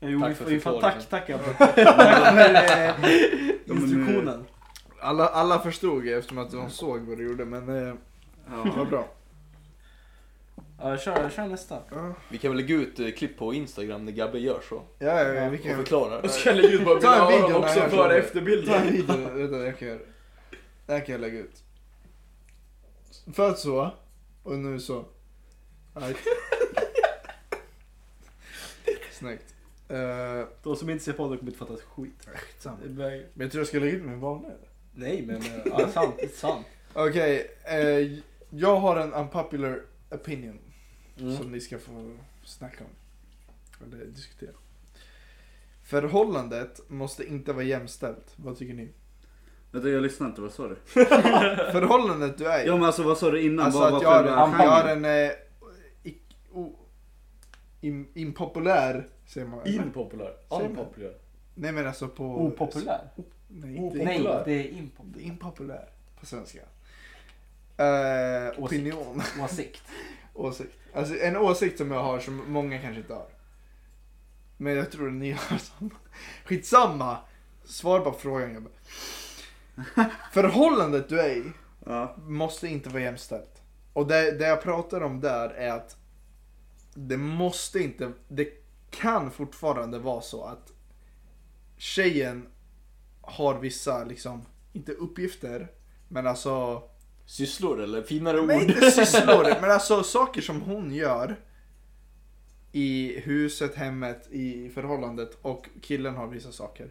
Speaker 3: Jo,
Speaker 4: Tack
Speaker 3: vi
Speaker 4: för
Speaker 3: får- vi får-
Speaker 4: förklaringen.
Speaker 3: tack, tack jag Tack för eh, instruktionen.
Speaker 1: Alla, alla förstod ju eftersom att de såg vad du gjorde men eh, det var
Speaker 2: Ja.
Speaker 1: bra.
Speaker 3: Ja, kör, kör nästa.
Speaker 1: Ja,
Speaker 4: Vi kan väl lägga ut eh, klipp på Instagram när Gabbe gör så.
Speaker 1: ja, ja vi
Speaker 4: Och
Speaker 1: kan
Speaker 4: förklarar.
Speaker 5: Jag ska lägga ut bara
Speaker 1: Ta en
Speaker 5: mina öron
Speaker 1: video
Speaker 5: också,
Speaker 1: när jag kör.
Speaker 5: före
Speaker 1: ta en
Speaker 5: efterbilder.
Speaker 1: video. Vänta, jag kan göra det. Det här kan jag lägga ut. Förut så, och nu så. Right. Snyggt. Eh,
Speaker 3: De som inte ser podden kommer inte fatta ett skit.
Speaker 1: skitsamma.
Speaker 3: Men-
Speaker 1: men jag tror jag ska lägga ut min vanliga.
Speaker 3: Nej men, eh, ja, sant, sant.
Speaker 1: Okej, eh, jag har en unpopular opinion
Speaker 3: Mm.
Speaker 1: som ni ska få snacka om. Eller diskutera. Förhållandet måste inte vara jämställt. Vad tycker ni?
Speaker 2: Vänta, jag lyssnar inte. Vad sa du?
Speaker 1: Förhållandet du är i.
Speaker 2: Ja men alltså vad sa du innan?
Speaker 1: Alltså
Speaker 2: Vad
Speaker 1: att
Speaker 2: var
Speaker 1: jag har,
Speaker 2: själva
Speaker 1: en- jag
Speaker 2: genren?
Speaker 1: har en... Eh, ic- o, im, impopulär, säger man. eller?
Speaker 5: Impopulär.
Speaker 1: Säger man.
Speaker 5: Unpopulär.
Speaker 1: Nej men alltså på...
Speaker 3: Opopulär?
Speaker 1: Nej, inte,
Speaker 3: Nej,
Speaker 5: Opopulär.
Speaker 3: det är
Speaker 1: Det är
Speaker 3: impopulär.
Speaker 1: impopulär på svenska. Eh,
Speaker 3: Åsikt.
Speaker 1: opinion.
Speaker 3: Åsikt.
Speaker 1: åsikt. Alltså en åsikt som jag har som många kanske inte har. Men jag tror att ni har samma. Skitsamma! Svara på frågan gubben. Förhållandet du är i
Speaker 2: Ja.
Speaker 1: måste inte vara jämställt. Och det, det jag pratar om där är att det måste inte, det kan fortfarande vara så att tjejen har vissa, liksom, inte uppgifter, men alltså
Speaker 4: Sysslor eller finare
Speaker 1: Nej,
Speaker 4: ord.
Speaker 1: inte sysslor, men alltså saker som hon gör i huset, hemmet, i förhållandet och killen har vissa saker.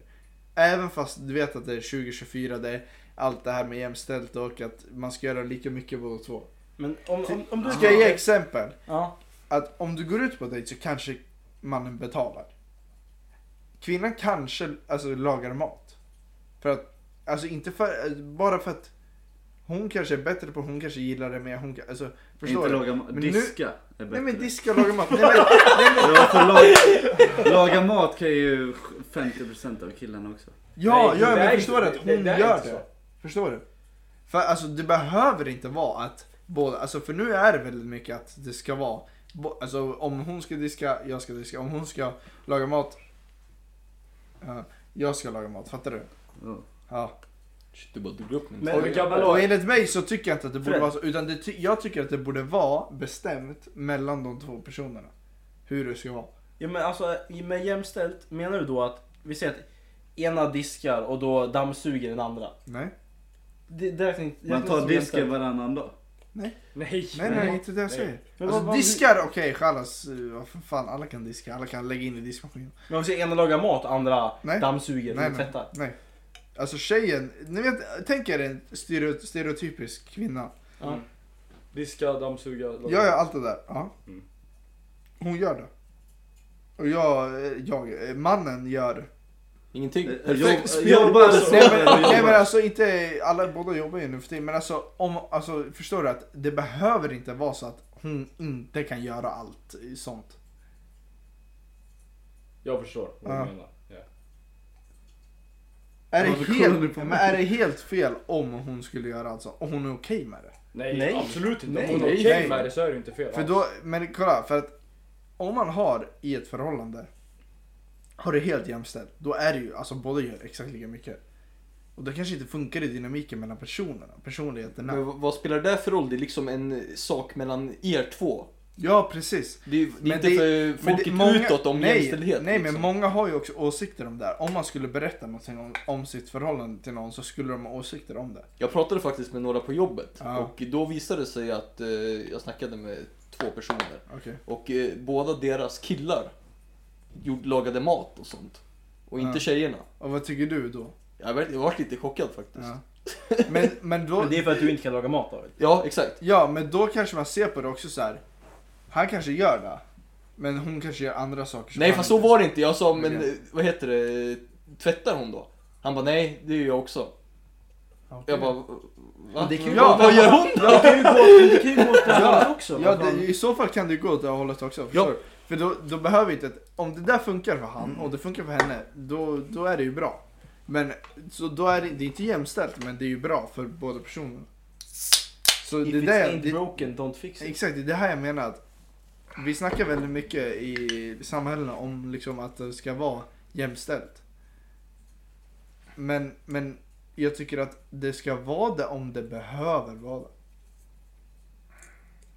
Speaker 1: Även fast du vet att det är 2024, det är allt det här med jämställt och att man ska göra lika mycket båda två.
Speaker 3: Men om, om, om du...
Speaker 1: Ska jag ge exempel?
Speaker 3: Ja.
Speaker 1: Att om du går ut på dejt så kanske mannen betalar. Kvinnan kanske alltså, lagar mat. För att, alltså inte för, bara för att hon kanske är bättre på, hon kanske gillar det mer, hon kan, alltså förstår
Speaker 2: Inte
Speaker 1: du?
Speaker 2: laga
Speaker 1: Men
Speaker 2: mat.
Speaker 1: nu-
Speaker 2: Diska är bättre.
Speaker 1: Nej men diska och laga mat. Nej, men, nej, men,
Speaker 2: Ja, för laga, laga mat kan ju 50% av killarna också.
Speaker 1: ja,
Speaker 5: Nej,
Speaker 1: ja
Speaker 5: det
Speaker 1: men
Speaker 5: är
Speaker 1: förstår du
Speaker 5: inte-
Speaker 1: att hon
Speaker 5: det- det är
Speaker 1: gör
Speaker 5: inte
Speaker 1: det?
Speaker 5: så.
Speaker 1: Förstår du? För alltså det behöver inte vara att båda, alltså för nu är det väldigt mycket att det ska vara, bo- alltså om hon ska diska, jag ska diska, om hon ska laga mat, ja, jag ska laga mat, fattar du?
Speaker 5: Mm.
Speaker 2: Ja.
Speaker 1: Ja.
Speaker 4: Shit, du bara drog upp min.
Speaker 5: Men-
Speaker 4: Men,
Speaker 5: vi kan väl-
Speaker 1: Och enligt mig så tycker jag inte att det borde
Speaker 5: Fred.
Speaker 1: vara så, utan det ty- jag tycker att det borde vara bestämt mellan de två personerna. Hur det ska vara.
Speaker 3: Ja men alltså med jämställt, menar du då att vi säger att ena diskar och då dammsuger den andra?
Speaker 1: Nej?
Speaker 3: Det, det räknas inte- det
Speaker 2: Man
Speaker 3: räknas
Speaker 2: tar
Speaker 3: som
Speaker 2: disken
Speaker 3: jämställt.
Speaker 2: varannan dag.
Speaker 5: Nej.
Speaker 1: Nej nej, inte det jag
Speaker 5: Nej.
Speaker 1: säger.
Speaker 3: Men
Speaker 1: alltså
Speaker 3: vad- vad-
Speaker 1: diskar, okej, chalas, eh, vad för fan, alla kan diska, alla kan lägga in i diskmaskinen.
Speaker 3: Men om vi säger ena lagar mat och andra
Speaker 1: Nej.
Speaker 3: dammsuger
Speaker 1: Nej,
Speaker 3: och
Speaker 1: nej.
Speaker 3: tvättar.
Speaker 1: Nej. Alltså tjejen, ni vet, tänk er en stereo- stereotypisk kvinna.
Speaker 3: Ja.
Speaker 5: Diska, dammsuga. laga-
Speaker 1: Jag gör allt det där, ja.
Speaker 5: Mm.
Speaker 1: Hon gör det. Och jag, eh, jag eh, mannen gör
Speaker 4: Ingenting.
Speaker 2: Eh,
Speaker 4: Perfekt.
Speaker 2: jobb- Jobbar,
Speaker 1: Nej men,
Speaker 2: sover,
Speaker 1: nej men
Speaker 2: jobbar.
Speaker 1: alltså inte, alla båda jobbar ju nu för tiden men alltså, om, alltså förstår du att det behöver inte vara så att hon inte kan göra allt sånt.
Speaker 5: Jag förstår vad
Speaker 1: Ja.
Speaker 5: du menar. Ja.
Speaker 1: Är det,
Speaker 2: Varför kollar ni
Speaker 1: helt,
Speaker 2: på
Speaker 1: men
Speaker 2: mig?
Speaker 1: är det helt fel om hon skulle göra allt sånt och hon är okej med det?
Speaker 5: Nej,
Speaker 3: Nej.
Speaker 5: absolut inte.
Speaker 1: Nej,
Speaker 5: Om hon är
Speaker 1: nej,
Speaker 5: okej
Speaker 1: nej.
Speaker 5: med det så är det ju inte fel.
Speaker 1: För då, men kolla, för att om man har i ett förhållande har det helt jämställt, då är det ju, alltså båda gör exakt lika mycket. Och det kanske inte funkar i dynamiken mellan personerna, personligheterna.
Speaker 4: Men vad- vad spelar det för roll? Det är liksom en sak mellan er två.
Speaker 1: Ja precis.
Speaker 4: Det är, det är
Speaker 1: Men
Speaker 4: inte
Speaker 1: det-
Speaker 4: för
Speaker 1: Men
Speaker 4: folket
Speaker 1: det- många-
Speaker 4: utåt om
Speaker 1: nej,
Speaker 4: jämställdhet.
Speaker 1: Nej, men
Speaker 4: liksom.
Speaker 1: många har ju också åsikter om det här. Om man skulle berätta någonting om, om sitt förhållande till någon så skulle de ha åsikter om det.
Speaker 4: Jag pratade faktiskt med några på jobbet
Speaker 1: Ja.
Speaker 4: och då visade det sig att eh, jag snackade med två personer
Speaker 1: Okej.
Speaker 4: och eh, båda deras killar gjorde, lagade mat och sånt. Och inte
Speaker 1: Ja.
Speaker 4: tjejerna.
Speaker 1: Och vad tycker du då?
Speaker 4: Jag var, jag var lite chockad faktiskt.
Speaker 1: Ja. Men, men då...
Speaker 3: Men det är för att du inte kan laga mat David.
Speaker 4: Ja, exakt.
Speaker 1: Ja, men då kanske man ser på det också så här. Han kanske gör det. Men hon kanske gör andra saker. som
Speaker 4: Nej
Speaker 1: han
Speaker 4: fast så
Speaker 1: inte-
Speaker 4: var det inte. Jag sa, men
Speaker 1: Okej.
Speaker 4: eh, vad heter det, tvättar hon då? Han bara, nej det gör jag också.
Speaker 1: Okej.
Speaker 4: Jag bara, va?
Speaker 1: det kan ju
Speaker 4: ja,
Speaker 1: vara-
Speaker 4: vad gör hon?
Speaker 3: Ja, det kan ju gå, det kan ju gå åt det här också.
Speaker 1: Ja,
Speaker 3: vad fan.
Speaker 1: det, i så fall kan det ju gå åt det här hållet också.
Speaker 4: Ja.
Speaker 1: Förstår du? För då, då behöver vi inte att, om det där funkar för han och det funkar för henne, då, då är det ju bra. Men så då är det, det är inte jämställt, men det är ju bra för båda personerna. Så
Speaker 3: If
Speaker 1: det
Speaker 3: it's
Speaker 1: där,
Speaker 3: ain't
Speaker 1: det,
Speaker 3: broken, don't fix it.
Speaker 1: Exakt, det är det här jag menar. Att vi snackar väldigt mycket i samhällena om liksom att det ska vara jämställt. Men, men jag tycker att det ska vara det om det behöver vara det.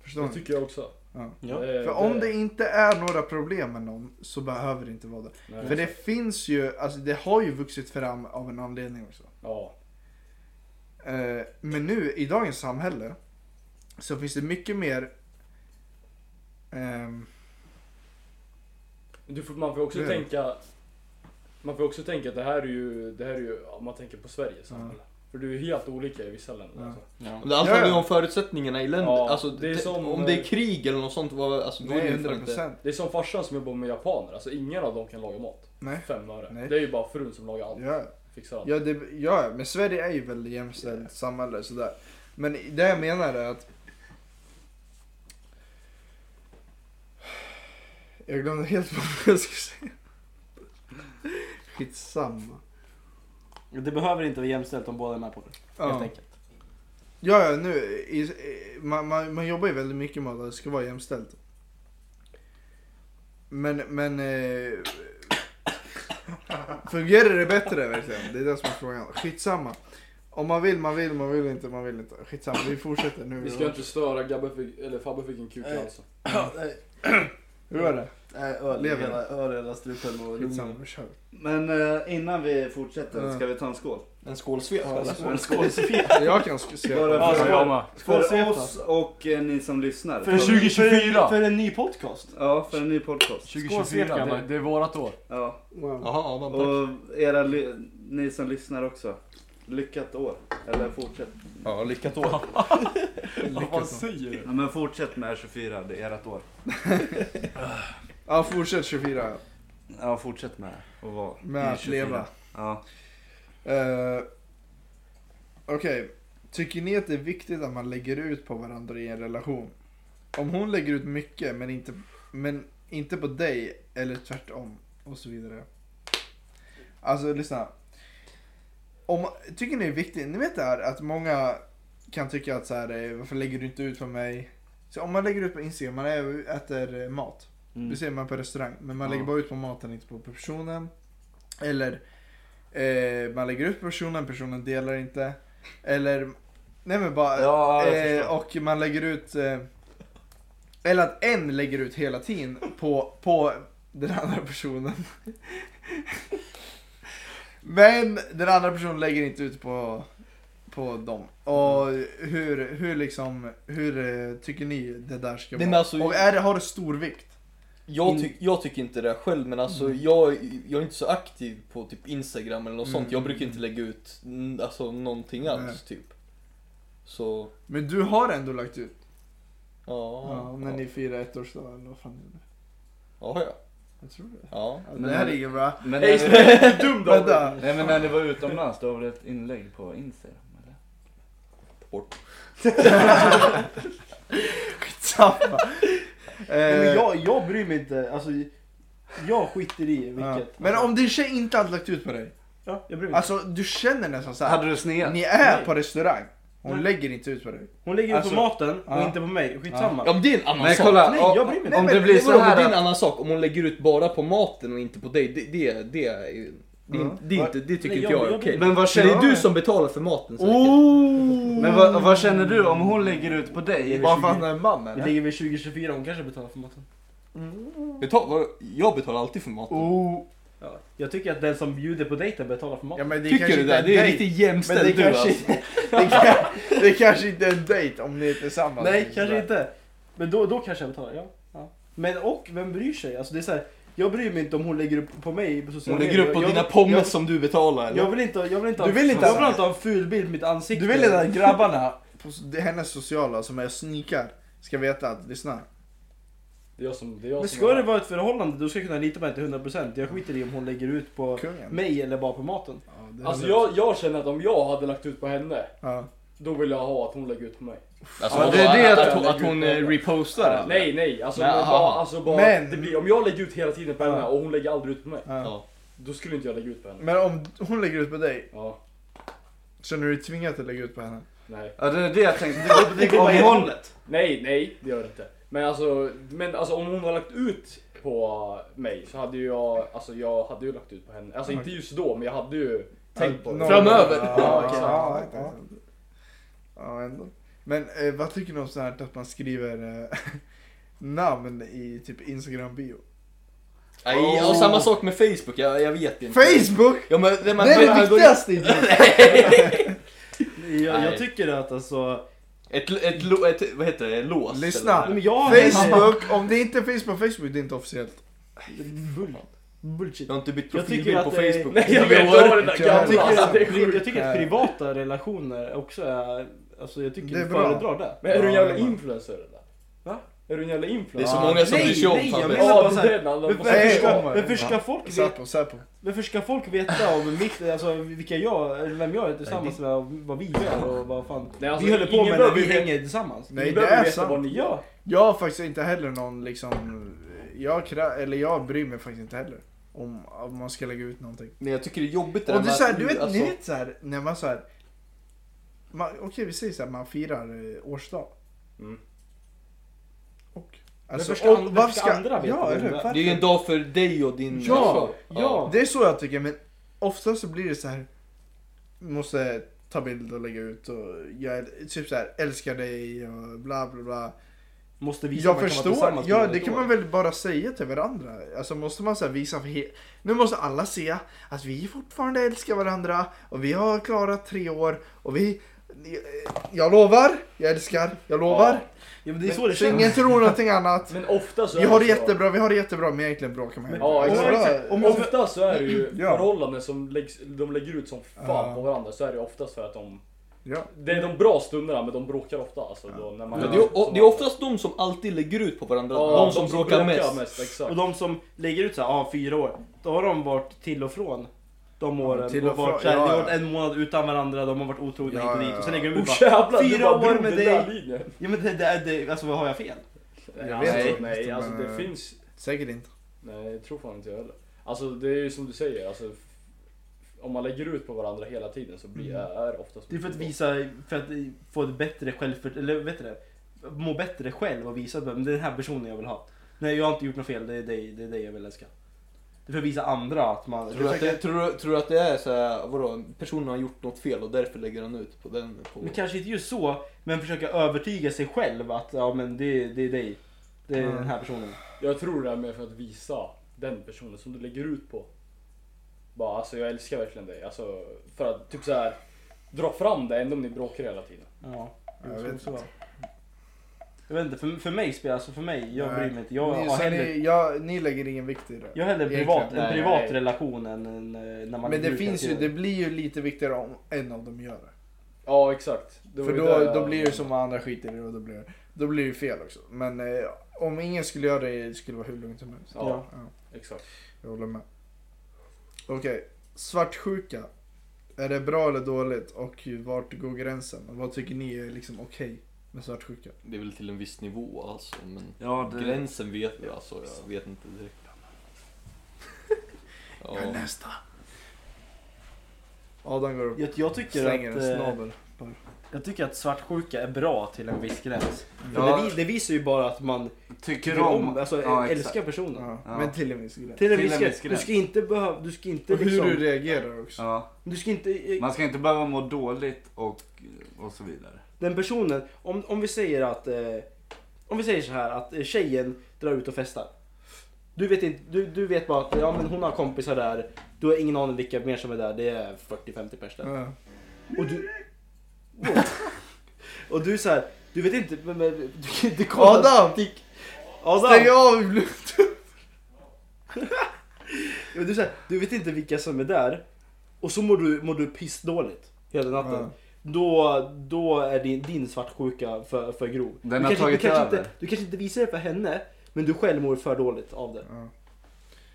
Speaker 1: Förstår
Speaker 5: Det
Speaker 1: ni?
Speaker 5: tycker jag också.
Speaker 1: Ja.
Speaker 3: Ja.
Speaker 5: Eh,
Speaker 1: För om det inte är några problem med någon så behöver det inte vara det.
Speaker 5: Nej.
Speaker 1: För det finns ju, alltså det har ju vuxit fram av en anledning också.
Speaker 5: Ja.
Speaker 1: Eh, Men nu i dagens samhälle så finns det mycket mer ehm,
Speaker 5: Du får, man får också
Speaker 1: Det är det.
Speaker 5: tänka... Man får också tänka att det här är ju... Det här är ju om man tänker på Sverige samhälle. För det är ju helt olika i vissa länder.
Speaker 1: Ja.
Speaker 5: Alltså.
Speaker 4: Men Det handlar
Speaker 1: Ja,
Speaker 4: ju
Speaker 1: ja.
Speaker 4: om förutsättningarna i länder.
Speaker 5: Ja,
Speaker 4: alltså,
Speaker 5: det är
Speaker 4: te-
Speaker 5: som,
Speaker 4: om det är
Speaker 5: eh,
Speaker 4: krig eller något sånt, vad- alltså, då är det
Speaker 1: Nej,
Speaker 4: ju
Speaker 1: 100
Speaker 4: fan inte...
Speaker 1: procent.
Speaker 5: Det är som farsan som jobbar med japaner. Alltså ingen av dem kan laga mat.
Speaker 1: Nej.
Speaker 5: Fem öre.
Speaker 1: Nej.
Speaker 5: Det är ju bara frun som lagar allt.
Speaker 1: Ja.
Speaker 5: Fixar allt.
Speaker 1: Ja, det, ja, men Sverige är ju väldigt jämställt samhälle sådär. Men det jag menar är att... Jag glömde helt vad jag skulle säga. Skitsamma.
Speaker 3: Det behöver inte vara jämställt om båda är med på det. Helt
Speaker 1: Ja,
Speaker 3: enkelt.
Speaker 1: ja, ja nu, i, i, man, man, man jobbar ju väldigt mycket med att det ska vara jämställt. Men, men... Eh, fungerar det bättre verkligen? Det är det som är frågan. Skitsamma. Om man vill, man vill, man vill inte, man vill inte. Skitsamma, vi fortsätter nu.
Speaker 5: Vi ska inte störa Gabbe fick, eller Fabbe fick en kuk i
Speaker 2: Nej.
Speaker 5: halsen.
Speaker 1: Hur var det?
Speaker 2: Nej, öl i
Speaker 1: Lever.
Speaker 2: hela, öl i hela strupen och
Speaker 1: Skitsamma,
Speaker 2: lungorna.
Speaker 1: vi kör.
Speaker 2: Men eh, innan vi fortsätter
Speaker 1: Ja.
Speaker 2: ska vi ta en skål.
Speaker 4: En skålsvep
Speaker 1: Ja,
Speaker 4: alltså.
Speaker 2: En skål.
Speaker 1: Jag kan sk- se.
Speaker 2: Bara
Speaker 5: Ja,
Speaker 2: för,
Speaker 5: skål.
Speaker 2: för oss och eh, ni som lyssnar.
Speaker 5: För 2024!
Speaker 3: För en ny podcast.
Speaker 2: Ja, för en ny podcast.
Speaker 5: 2024 grabbar, det är vårat år.
Speaker 2: Ja.
Speaker 1: Wow.
Speaker 4: Jaha, Adam tack.
Speaker 2: Och era, ly- ni som lyssnar också. Lyckat år. Eller fortsätt.
Speaker 4: Ja, lyckat år.
Speaker 5: Vad säger du?
Speaker 2: Ja, men fortsätt med 24, det är ert år.
Speaker 1: Ja, fortsätt 24
Speaker 2: Ja, fortsätt med att vara
Speaker 1: med
Speaker 2: i
Speaker 1: att
Speaker 2: 24.
Speaker 1: leva.
Speaker 2: Ja.
Speaker 1: Eh, Okej, tycker ni att det är viktigt att man lägger ut på varandra i en relation? Om hon lägger ut mycket men inte, men inte på dig eller tvärtom och så vidare. Alltså lyssna. Om, tycker ni det är viktigt? Ni vet det här att många kan tycka att så här, eh, varför lägger du inte ut på mig? Så om man lägger ut på Instagram, man är- äter eh, mat.
Speaker 3: Mm.
Speaker 1: Det ser man på restaurang. Men man
Speaker 2: Ja.
Speaker 1: lägger bara ut på maten, inte på personen. Eller eh, man lägger ut på personen, personen delar inte. Eller, nej men bara.
Speaker 2: Ja, jag
Speaker 1: eh,
Speaker 2: förstår.
Speaker 1: och man lägger ut. Eh, eller att en lägger ut hela tiden på, på den andra personen. men den andra personen lägger inte ut på, på dem. Och hur, hur liksom, hur eh, tycker ni det där ska
Speaker 4: Nej, men
Speaker 1: vara?
Speaker 4: alltså-
Speaker 1: och är det, har det stor vikt?
Speaker 4: Jag, tyck- jag tycker inte det själv men alltså
Speaker 1: Mm.
Speaker 4: jag, jag är inte så aktiv på typ Instagram eller något sånt. Jag brukar inte lägga ut mm, alltså, någonting alls
Speaker 1: Mm. Nej.
Speaker 4: typ. Så,
Speaker 1: Men du har ändå lagt ut?
Speaker 4: ja.
Speaker 1: Ja, när
Speaker 4: ja.
Speaker 1: ni firar ettårsdag eller vad fan är det?
Speaker 4: ja, ja.
Speaker 1: Jag tror det.
Speaker 4: ja.
Speaker 1: Ja,
Speaker 2: Men
Speaker 1: det här
Speaker 2: när-
Speaker 1: är inget bra.
Speaker 2: Men
Speaker 5: Hej,
Speaker 2: när ni,
Speaker 5: dum
Speaker 1: Vänta.
Speaker 2: nej, men när ni var utomlands, då var det ett inlägg på Instagram? Eller?
Speaker 1: Skitsamma.
Speaker 3: Nej,
Speaker 1: Eh,
Speaker 3: men jag, jag bryr mig inte. Alltså, jag skiter i
Speaker 1: ja.
Speaker 3: vilket.
Speaker 1: Men om din tjej inte hade lagt ut på dig.
Speaker 3: Ja, jag bryr mig.
Speaker 1: Alltså du känner nästan så här.
Speaker 2: Hade du sneat?
Speaker 1: Ni är
Speaker 3: Nej.
Speaker 1: på restaurang. Hon
Speaker 3: Nej.
Speaker 1: lägger inte ut på dig.
Speaker 3: Hon lägger ut
Speaker 1: alltså,
Speaker 3: på maten och
Speaker 1: ja.
Speaker 3: inte på mig. Skitsamma.
Speaker 4: Ja men det är en annan
Speaker 2: Men
Speaker 4: sak.
Speaker 2: kolla,
Speaker 3: Nej,
Speaker 2: om-
Speaker 3: jag bryr mig inte.
Speaker 2: om
Speaker 4: Nej,
Speaker 2: det
Speaker 4: men
Speaker 2: blir
Speaker 4: vadå,
Speaker 2: så
Speaker 4: men Det är en
Speaker 2: här att,
Speaker 4: annan sak om hon lägger ut bara på maten och inte på dig. Det, det, det, är- det, är
Speaker 1: Ja.
Speaker 4: inte- det, är inte, det tycker
Speaker 3: Nej,
Speaker 4: inte
Speaker 3: jag-
Speaker 4: jag är
Speaker 3: jag-
Speaker 4: okej.
Speaker 2: Men vad
Speaker 4: Det
Speaker 2: känner
Speaker 4: är
Speaker 2: du?
Speaker 4: du som betalar för maten säkert.
Speaker 1: Oh.
Speaker 2: Men vad, vad känner du om hon lägger ut på dig?
Speaker 1: Bara för att han är en man
Speaker 3: Vi
Speaker 1: eller?
Speaker 3: ligger vid 2024, hon kanske betalar för maten.
Speaker 4: Betal, vad- jag betalar alltid för maten.
Speaker 1: Oh.
Speaker 3: Ja. Jag tycker att den som bjuder på dejten betalar för
Speaker 1: Ja,
Speaker 3: maten.
Speaker 1: men det
Speaker 4: Tycker
Speaker 1: kanske
Speaker 4: du
Speaker 1: inte
Speaker 4: det?
Speaker 1: en
Speaker 4: Det är
Speaker 1: dejt.
Speaker 4: riktigt
Speaker 1: Men det,
Speaker 4: jämställt du
Speaker 1: kanske,
Speaker 4: alltså.
Speaker 1: det, kan, det kanske inte är en dejt om ni är tillsammans.
Speaker 3: Nej, kanske inte. Men då, då kanske jag betalar, ja. ja. Men och, vem bryr sig? Alltså det är så här,
Speaker 1: Jag bryr mig inte om hon lägger upp på mig på sociala
Speaker 4: Hon lägger upp på
Speaker 1: Jag-
Speaker 4: dina
Speaker 1: jag-
Speaker 4: pommes
Speaker 1: jag-
Speaker 4: som du betalar eller?
Speaker 1: Jag vill inte, jag vill inte,
Speaker 4: Du vill inte
Speaker 1: jag
Speaker 4: ha-
Speaker 1: vill inte ha en ful bild på mitt ansikte.
Speaker 4: Du vill inte att grabbarna...
Speaker 1: På s- det är hennes sociala som är snikar ska veta att lyssna.
Speaker 5: Det är jag som... Det är jag
Speaker 3: Men
Speaker 5: som
Speaker 3: ska
Speaker 5: har-
Speaker 3: det vara ett förhållande då ska jag kunna lita på henne till 100%. Jag skiter i om hon lägger ut på
Speaker 1: Kungen.
Speaker 3: mig eller bara på maten.
Speaker 1: Ja, det är
Speaker 5: Alltså
Speaker 1: hundra-
Speaker 5: jag, jag känner att om jag hade lagt ut på henne,
Speaker 1: Ja.
Speaker 5: då vill jag ha att hon lägger ut på mig.
Speaker 4: Alltså,
Speaker 5: Ja,
Speaker 4: vadå?
Speaker 5: det är det
Speaker 4: att,
Speaker 5: jag
Speaker 4: att, hon-
Speaker 5: tror.
Speaker 4: att hon eh, repostar eller?
Speaker 5: Nej nej, alltså,
Speaker 4: Nej,
Speaker 5: men
Speaker 4: aha.
Speaker 5: bara, alltså bara,
Speaker 1: Men-
Speaker 5: det blir, om jag lägger ut hela tiden på henne
Speaker 1: Ja.
Speaker 5: och hon lägger aldrig ut på mig,
Speaker 1: Ja.
Speaker 4: Ja.
Speaker 5: då skulle inte jag lägga ut på henne.
Speaker 1: Men om hon lägger ut på dig,
Speaker 5: Ja,
Speaker 1: känner du dig tvingad att lägga ut på henne?
Speaker 5: nej.
Speaker 2: Ja, det är det jag tänkte. Det, det, det går åt hållet.
Speaker 5: Nej, nej, det gör det inte. Men alltså, men alltså om hon har lagt ut på mig så hade ju jag, alltså jag hade ju lagt ut på henne. Alltså inte just då, men jag hade ju tänkt på det.
Speaker 1: Någon-
Speaker 4: Framöver.
Speaker 1: Ja,
Speaker 5: Ja,
Speaker 1: okej.
Speaker 5: exakt.
Speaker 1: ja, ja. ja ändå. Men eh, vad tycker ni om sånt här att man skriver eh, namn i typ Instagram-bio?
Speaker 4: Nej, och samma sak med Facebook, jag, jag vet inte.
Speaker 1: Oh. Facebook!
Speaker 4: Ja, men, det, man,
Speaker 1: det är
Speaker 4: man
Speaker 1: det
Speaker 4: går-
Speaker 1: viktigaste! i livet.
Speaker 3: Jag, jag
Speaker 4: Nej.
Speaker 3: tycker att alltså...
Speaker 4: Ett, ett, lo- ett, vad heter det, lås?
Speaker 1: Lyssna!
Speaker 3: Nej, men jag har
Speaker 1: Facebook, om det inte finns på Facebook, det är inte officiellt.
Speaker 3: Bull, bullshit.
Speaker 4: Jag har inte bytt
Speaker 3: Jag
Speaker 4: profilbild
Speaker 3: tycker
Speaker 4: på
Speaker 3: att... eh,
Speaker 4: Facebook.
Speaker 5: Nej, jag vet,
Speaker 4: Tio
Speaker 5: jag har
Speaker 4: år.
Speaker 5: den där
Speaker 1: Jag
Speaker 3: Jag tycker,
Speaker 5: gamla.
Speaker 3: att,
Speaker 5: Alltså, det är
Speaker 3: pri-
Speaker 5: sjukt.
Speaker 3: jag tycker att privata relationer också är... Alltså jag tycker
Speaker 1: Det är
Speaker 3: vi
Speaker 1: bra.
Speaker 3: föredrar det.
Speaker 5: Men är du en jävla
Speaker 1: Ja, det är bra.
Speaker 5: influencer eller?
Speaker 3: Va?
Speaker 5: Är du en jävla influencer?
Speaker 4: Det är så
Speaker 1: Ja.
Speaker 4: många som
Speaker 3: Nej,
Speaker 4: bryr sig om
Speaker 3: nej, jag
Speaker 4: Fabbe.
Speaker 3: menar-
Speaker 5: Ja, det är den. Alla
Speaker 3: Varför
Speaker 5: måste-
Speaker 1: Nej,
Speaker 3: ska,
Speaker 1: om-
Speaker 3: varför, ska folk veta,
Speaker 1: Säpo, Säpo.
Speaker 3: varför ska folk veta om mitt, alltså, vilka jag, eller vem jag är tillsammans med och vad vi gör och vad fan
Speaker 5: Nej, alltså,
Speaker 3: vi håller på
Speaker 5: ingen
Speaker 3: med när
Speaker 5: behöver
Speaker 3: vi
Speaker 5: veta-
Speaker 3: hänger tillsammans?
Speaker 1: Nej,
Speaker 5: Ni
Speaker 1: det
Speaker 5: behöver
Speaker 1: är
Speaker 5: veta vad
Speaker 1: sant.
Speaker 5: ni gör.
Speaker 1: Jag har faktiskt inte heller någon liksom... Jag, krä, eller jag bryr mig faktiskt inte heller om, om man ska lägga ut någonting.
Speaker 4: Men jag tycker det är jobbigt det
Speaker 1: Och
Speaker 4: där
Speaker 1: det är
Speaker 4: med
Speaker 1: såhär,
Speaker 4: att-
Speaker 1: du vet,
Speaker 4: alltså-
Speaker 1: ni vet såhär, när man såhär... Man, okej vi säger såhär, man firar eh, årsdag.
Speaker 5: Mm.
Speaker 1: Och? alltså,
Speaker 3: varför ska
Speaker 1: och
Speaker 3: an- varför
Speaker 1: varför
Speaker 3: ska andra veta
Speaker 1: ja,
Speaker 3: vem
Speaker 1: eller
Speaker 3: det är?
Speaker 1: hur? Varför?
Speaker 4: Det är ju en dag för dig och din...
Speaker 1: Ja,
Speaker 3: ja.
Speaker 1: Det är så jag tycker, men ofta så blir det så här. Måste ta bild och lägga ut och jag typ så här älskar dig och bla bla bla.
Speaker 3: Måste visa
Speaker 1: Jag
Speaker 3: att man kan vara
Speaker 1: förstår,
Speaker 3: tillsammans
Speaker 1: ja
Speaker 3: med
Speaker 1: det
Speaker 3: ett
Speaker 1: kan
Speaker 3: år.
Speaker 1: man väl bara säga till varandra. Alltså måste man så här visa för he- Nu måste alla se att vi fortfarande älskar varandra och vi har klarat tre år och vi... Jag lovar, jag älskar, jag lovar.
Speaker 3: Ja, men det är så det
Speaker 1: Så
Speaker 3: känns.
Speaker 1: ingen tror någonting annat.
Speaker 5: Men ofta så
Speaker 1: Vi
Speaker 5: är
Speaker 1: har det
Speaker 5: det så.
Speaker 1: jättebra, vi har det jättebra men egentligen bråkar man hellre.
Speaker 5: Ja, exakt.
Speaker 1: Och bra.
Speaker 5: Om ofta så är det ju
Speaker 1: Ja.
Speaker 5: förhållanden som läggs, de lägger ut som fan
Speaker 1: Ja.
Speaker 5: på varandra så är det oftast för att de...
Speaker 1: Ja.
Speaker 5: Det är de bra stunderna men de bråkar ofta alltså. Då, när man
Speaker 4: Ja, det, är, och, det är oftast de som alltid lägger ut på varandra,
Speaker 5: Ja,
Speaker 4: de, som bråkar mest.
Speaker 5: exakt.
Speaker 3: Och de som lägger ut så här, ah, fyra år, då har de varit till och från de åren.
Speaker 1: till
Speaker 3: och
Speaker 1: och från,
Speaker 3: varit, så här,
Speaker 1: ja,
Speaker 3: Det har
Speaker 1: ja.
Speaker 3: varit en månad utan varandra, de har varit otrogna
Speaker 1: Ja,
Speaker 3: hit och dit. Och sen
Speaker 1: ja,
Speaker 3: lägger de
Speaker 5: Oh,
Speaker 3: ut bara,
Speaker 5: jävlar,
Speaker 3: fyra
Speaker 5: du bara
Speaker 3: år
Speaker 5: drog
Speaker 3: med
Speaker 5: den där
Speaker 3: dig.
Speaker 5: linjen.
Speaker 3: ja, men det, det, det, alltså vad har jag fel?
Speaker 1: Jag
Speaker 5: Nej,
Speaker 1: vet
Speaker 5: alltså,
Speaker 1: inte,
Speaker 5: nej,
Speaker 1: men-
Speaker 5: alltså
Speaker 4: eh,
Speaker 5: det finns...
Speaker 1: Säkert inte.
Speaker 5: Nej, jag tror fan inte jag heller. Alltså det är ju som du säger, alltså... f- Om man lägger ut på varandra hela tiden så blir, är det
Speaker 3: Mm.
Speaker 5: oftast...
Speaker 3: Det är för att visa, för att få ett bättre självförtroende, eller vet du det? Må bättre själv och visa att "Men det är den här personen jag vill ha. Nej jag har inte gjort något fel, det är dig, det är dig jag vill älska. Det är för att visa andra att man...
Speaker 4: Tror du att det, tror, du- tror du att det är så här, vadå, personen har gjort något fel och därför lägger han ut på den? På...
Speaker 3: Men kanske inte just så, men försöka övertyga sig själv att ja men det, det är dig. Det är
Speaker 1: Mm.
Speaker 3: den här personen.
Speaker 5: Jag tror det är mer för att visa den personen som du lägger ut på. Bara alltså jag älskar verkligen dig. Alltså för att typ så här dra fram det ändå om ni bråkar hela tiden.
Speaker 3: Ja,
Speaker 1: Jag vet
Speaker 3: så. Jag vet inte, för, för mig spelar alltså för mig, jag
Speaker 1: Nej.
Speaker 3: bryr mig inte. Jag
Speaker 1: ni,
Speaker 3: har
Speaker 1: så
Speaker 3: hellre,
Speaker 1: ni, jag, ni lägger ingen vikt i det.
Speaker 3: jag har hellre
Speaker 1: Egentligen.
Speaker 3: privat, en
Speaker 5: Nej,
Speaker 3: privat
Speaker 5: nej.
Speaker 3: relation än en, eh, när
Speaker 1: Men
Speaker 3: man
Speaker 1: det
Speaker 3: brukar
Speaker 1: finns ju,
Speaker 3: till-
Speaker 1: det blir ju lite viktigare om en av dem gör det.
Speaker 5: Ja exakt. Det var
Speaker 1: För
Speaker 5: ju
Speaker 1: då,
Speaker 5: det-
Speaker 1: då blir det som att andra skiter i det och då blir det, då blir det ju fel också. Men eh, om ingen skulle göra det skulle det vara hur lugnt som helst.
Speaker 5: Ja,
Speaker 3: Ja.
Speaker 5: exakt.
Speaker 1: Jag håller med. Okej, svartsjuka. Är det bra eller dåligt och vart går gränsen? Och vad tycker ni är liksom okej med svartsjuka?
Speaker 4: Det är väl till en viss nivå alltså, men
Speaker 2: Ja, det,
Speaker 4: gränsen vet jag alltså, jag vet inte direkt. Ja.
Speaker 1: Jag är nästa. Adam går upp
Speaker 3: Jag, jag,
Speaker 1: och
Speaker 3: tycker
Speaker 1: slänger en
Speaker 3: att, eh,
Speaker 1: snabel.
Speaker 3: jag tycker att svartsjuka är bra till en viss gräns. För
Speaker 2: Ja.
Speaker 3: det, vi- det visar ju bara att man
Speaker 2: tycker
Speaker 3: tycker
Speaker 2: om...
Speaker 3: om, alltså
Speaker 2: ja, exakt.
Speaker 3: älskar personen.
Speaker 1: Ja.
Speaker 2: Ja.
Speaker 1: Men till en viss gräns.
Speaker 3: Till en
Speaker 2: Till
Speaker 3: viss
Speaker 2: en
Speaker 3: gräns.
Speaker 2: viss
Speaker 3: Du
Speaker 2: gräns.
Speaker 3: ska inte behöva, du ska inte
Speaker 1: Och hur
Speaker 3: liksom...
Speaker 1: du reagerar också.
Speaker 2: Ja.
Speaker 3: Du ska inte...
Speaker 2: Man ska inte behöva må dåligt och, och så vidare.
Speaker 3: den personen, om, om vi säger att eh, om vi säger så här att eh, tjejen drar ut och festar. Du vet, inte, du, du vet bara att ja, men hon har kompisar där, du har ingen aning vilka mer som är där, det är 40-50 pers där.
Speaker 1: Ja.
Speaker 3: Och du... och du så här, du vet inte... Men, men, du, du kollar,
Speaker 1: Adam!
Speaker 3: Adam!
Speaker 1: Stäng av bluetooth!
Speaker 3: Ja, du, säger, du vet inte vilka som är där och så mår du, mår du pissdåligt hela natten.
Speaker 1: Ja.
Speaker 3: Då, då är din, din svartsjuka för, för grov.
Speaker 6: Den
Speaker 3: du,
Speaker 6: har
Speaker 3: kanske,
Speaker 6: tagit
Speaker 3: du, kanske
Speaker 6: över.
Speaker 3: inte, du kanske inte visar det för henne men du själv mår för dåligt av det.
Speaker 1: Ja.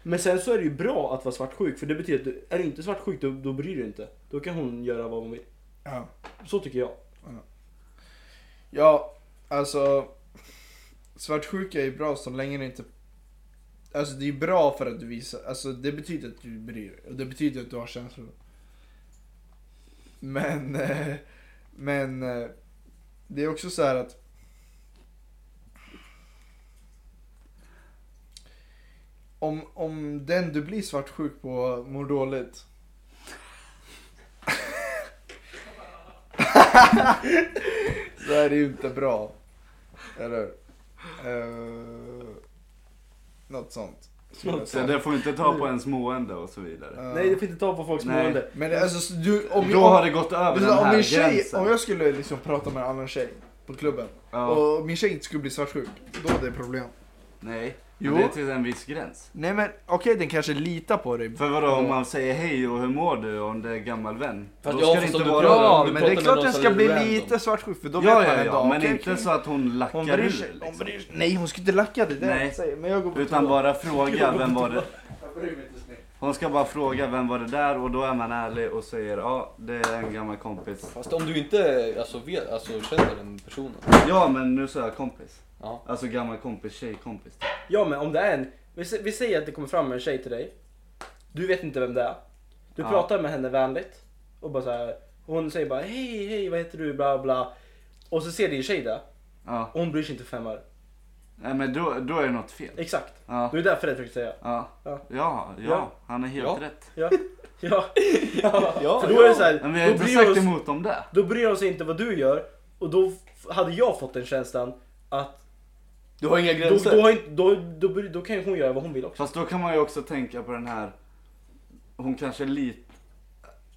Speaker 3: Men sen så är det ju bra att vara svartsjuk för det betyder att du, är du inte svartsjuk då, då bryr du dig inte. Då kan hon göra vad hon vill.
Speaker 1: Ja.
Speaker 3: Så tycker jag.
Speaker 1: ja, alltså. Svartsjuka är ju bra så länge det inte... Alltså det är bra för att du visar, alltså det betyder att du bryr dig och det betyder att du har känslor. Men, eh, men eh, det är också så här att om, om den du blir svartsjuk på mår dåligt. så är det ju inte bra. Eller uh, Något sånt.
Speaker 3: Något
Speaker 6: Så det får inte ta på ens mående och så vidare.
Speaker 1: Eh,
Speaker 3: Nej det får inte ta på folks
Speaker 6: Nej.
Speaker 3: mående.
Speaker 1: Men alltså så du, om,
Speaker 6: Då
Speaker 1: om-
Speaker 6: har det gått över den
Speaker 1: om
Speaker 6: här
Speaker 1: min tjej,
Speaker 6: gränsen.
Speaker 1: om jag skulle liksom prata med en annan tjej på klubben
Speaker 6: Ja.
Speaker 1: och min tjej inte skulle bli svartsjuk, då är det problem.
Speaker 6: Nej,
Speaker 1: Jo.
Speaker 6: jo. det är till en viss gräns.
Speaker 1: typ- Nej men okej, den kanske litar på dig.
Speaker 6: För vadå om man säger hej och hur mår du om det är en gammal vän?
Speaker 5: Fast
Speaker 6: Då
Speaker 5: jag
Speaker 6: ska
Speaker 5: har
Speaker 6: det
Speaker 5: förstått
Speaker 6: inte
Speaker 5: det
Speaker 6: vara...
Speaker 5: bra.
Speaker 1: Ja,
Speaker 5: om du
Speaker 1: men
Speaker 5: pratar
Speaker 1: det är
Speaker 5: med
Speaker 1: klart
Speaker 5: någon
Speaker 1: den
Speaker 5: som
Speaker 1: ska
Speaker 5: är
Speaker 1: bli
Speaker 5: random.
Speaker 1: lite svartsjuk för då
Speaker 6: ja,
Speaker 1: vet
Speaker 6: ja,
Speaker 1: man
Speaker 6: ja,
Speaker 1: ändå.
Speaker 6: men
Speaker 1: okej,
Speaker 6: inte
Speaker 1: okej.
Speaker 6: så att hon lackar
Speaker 1: Hon bryr
Speaker 6: ur,
Speaker 1: sig.
Speaker 6: liksom.
Speaker 1: Hon bryr sig. Nej, hon ska inte lacka. Det är det
Speaker 6: Nej.
Speaker 1: jag säger. Men jag går på
Speaker 6: Utan
Speaker 1: toa.
Speaker 6: bara fråga vem var det...
Speaker 1: Jag bryr mig inte så mycket.
Speaker 6: Hon ska bara fråga vem var det där och då är man ärlig och säger ja, det är en gammal kompis.
Speaker 4: Fast om du inte alltså, vet, alltså, känner den personen.
Speaker 6: Ja, men nu sa jag kompis.
Speaker 4: Ja.
Speaker 6: Alltså gammal kompis, tjejkompis.
Speaker 3: Ja men om det är en, vi, sä- vi säger att det kommer fram en tjej till dig. Du vet inte vem det är. Du
Speaker 6: Ja.
Speaker 3: pratar med henne vänligt. Och bara så här, hon säger bara hej hej vad heter du bla bla. Och så ser din tjej det.
Speaker 6: Ja,
Speaker 3: Och hon bryr sig inte fem öre.
Speaker 6: Nej, men då, då är det något fel.
Speaker 3: Exakt.
Speaker 6: Ja,
Speaker 3: Det är därför det försöker säga.
Speaker 6: ja,
Speaker 3: Ja.
Speaker 6: ja, ja,
Speaker 3: Ja.
Speaker 6: han är helt
Speaker 4: Ja.
Speaker 6: rätt.
Speaker 3: Ja. Ja. ja.
Speaker 4: Ja,
Speaker 3: För då är det så här,
Speaker 6: Men vi har
Speaker 3: då,
Speaker 6: inte
Speaker 3: bryr hon,
Speaker 6: sagt
Speaker 3: sig-
Speaker 6: emot om det.
Speaker 3: då bryr hon sig inte vad du gör. Och då f- hade jag fått den känslan att
Speaker 4: Du har inga
Speaker 3: då, då, har inte, då, då, bryr- då kan ju hon göra vad hon vill också.
Speaker 6: Fast då kan man ju också tänka på den här, hon kanske lit,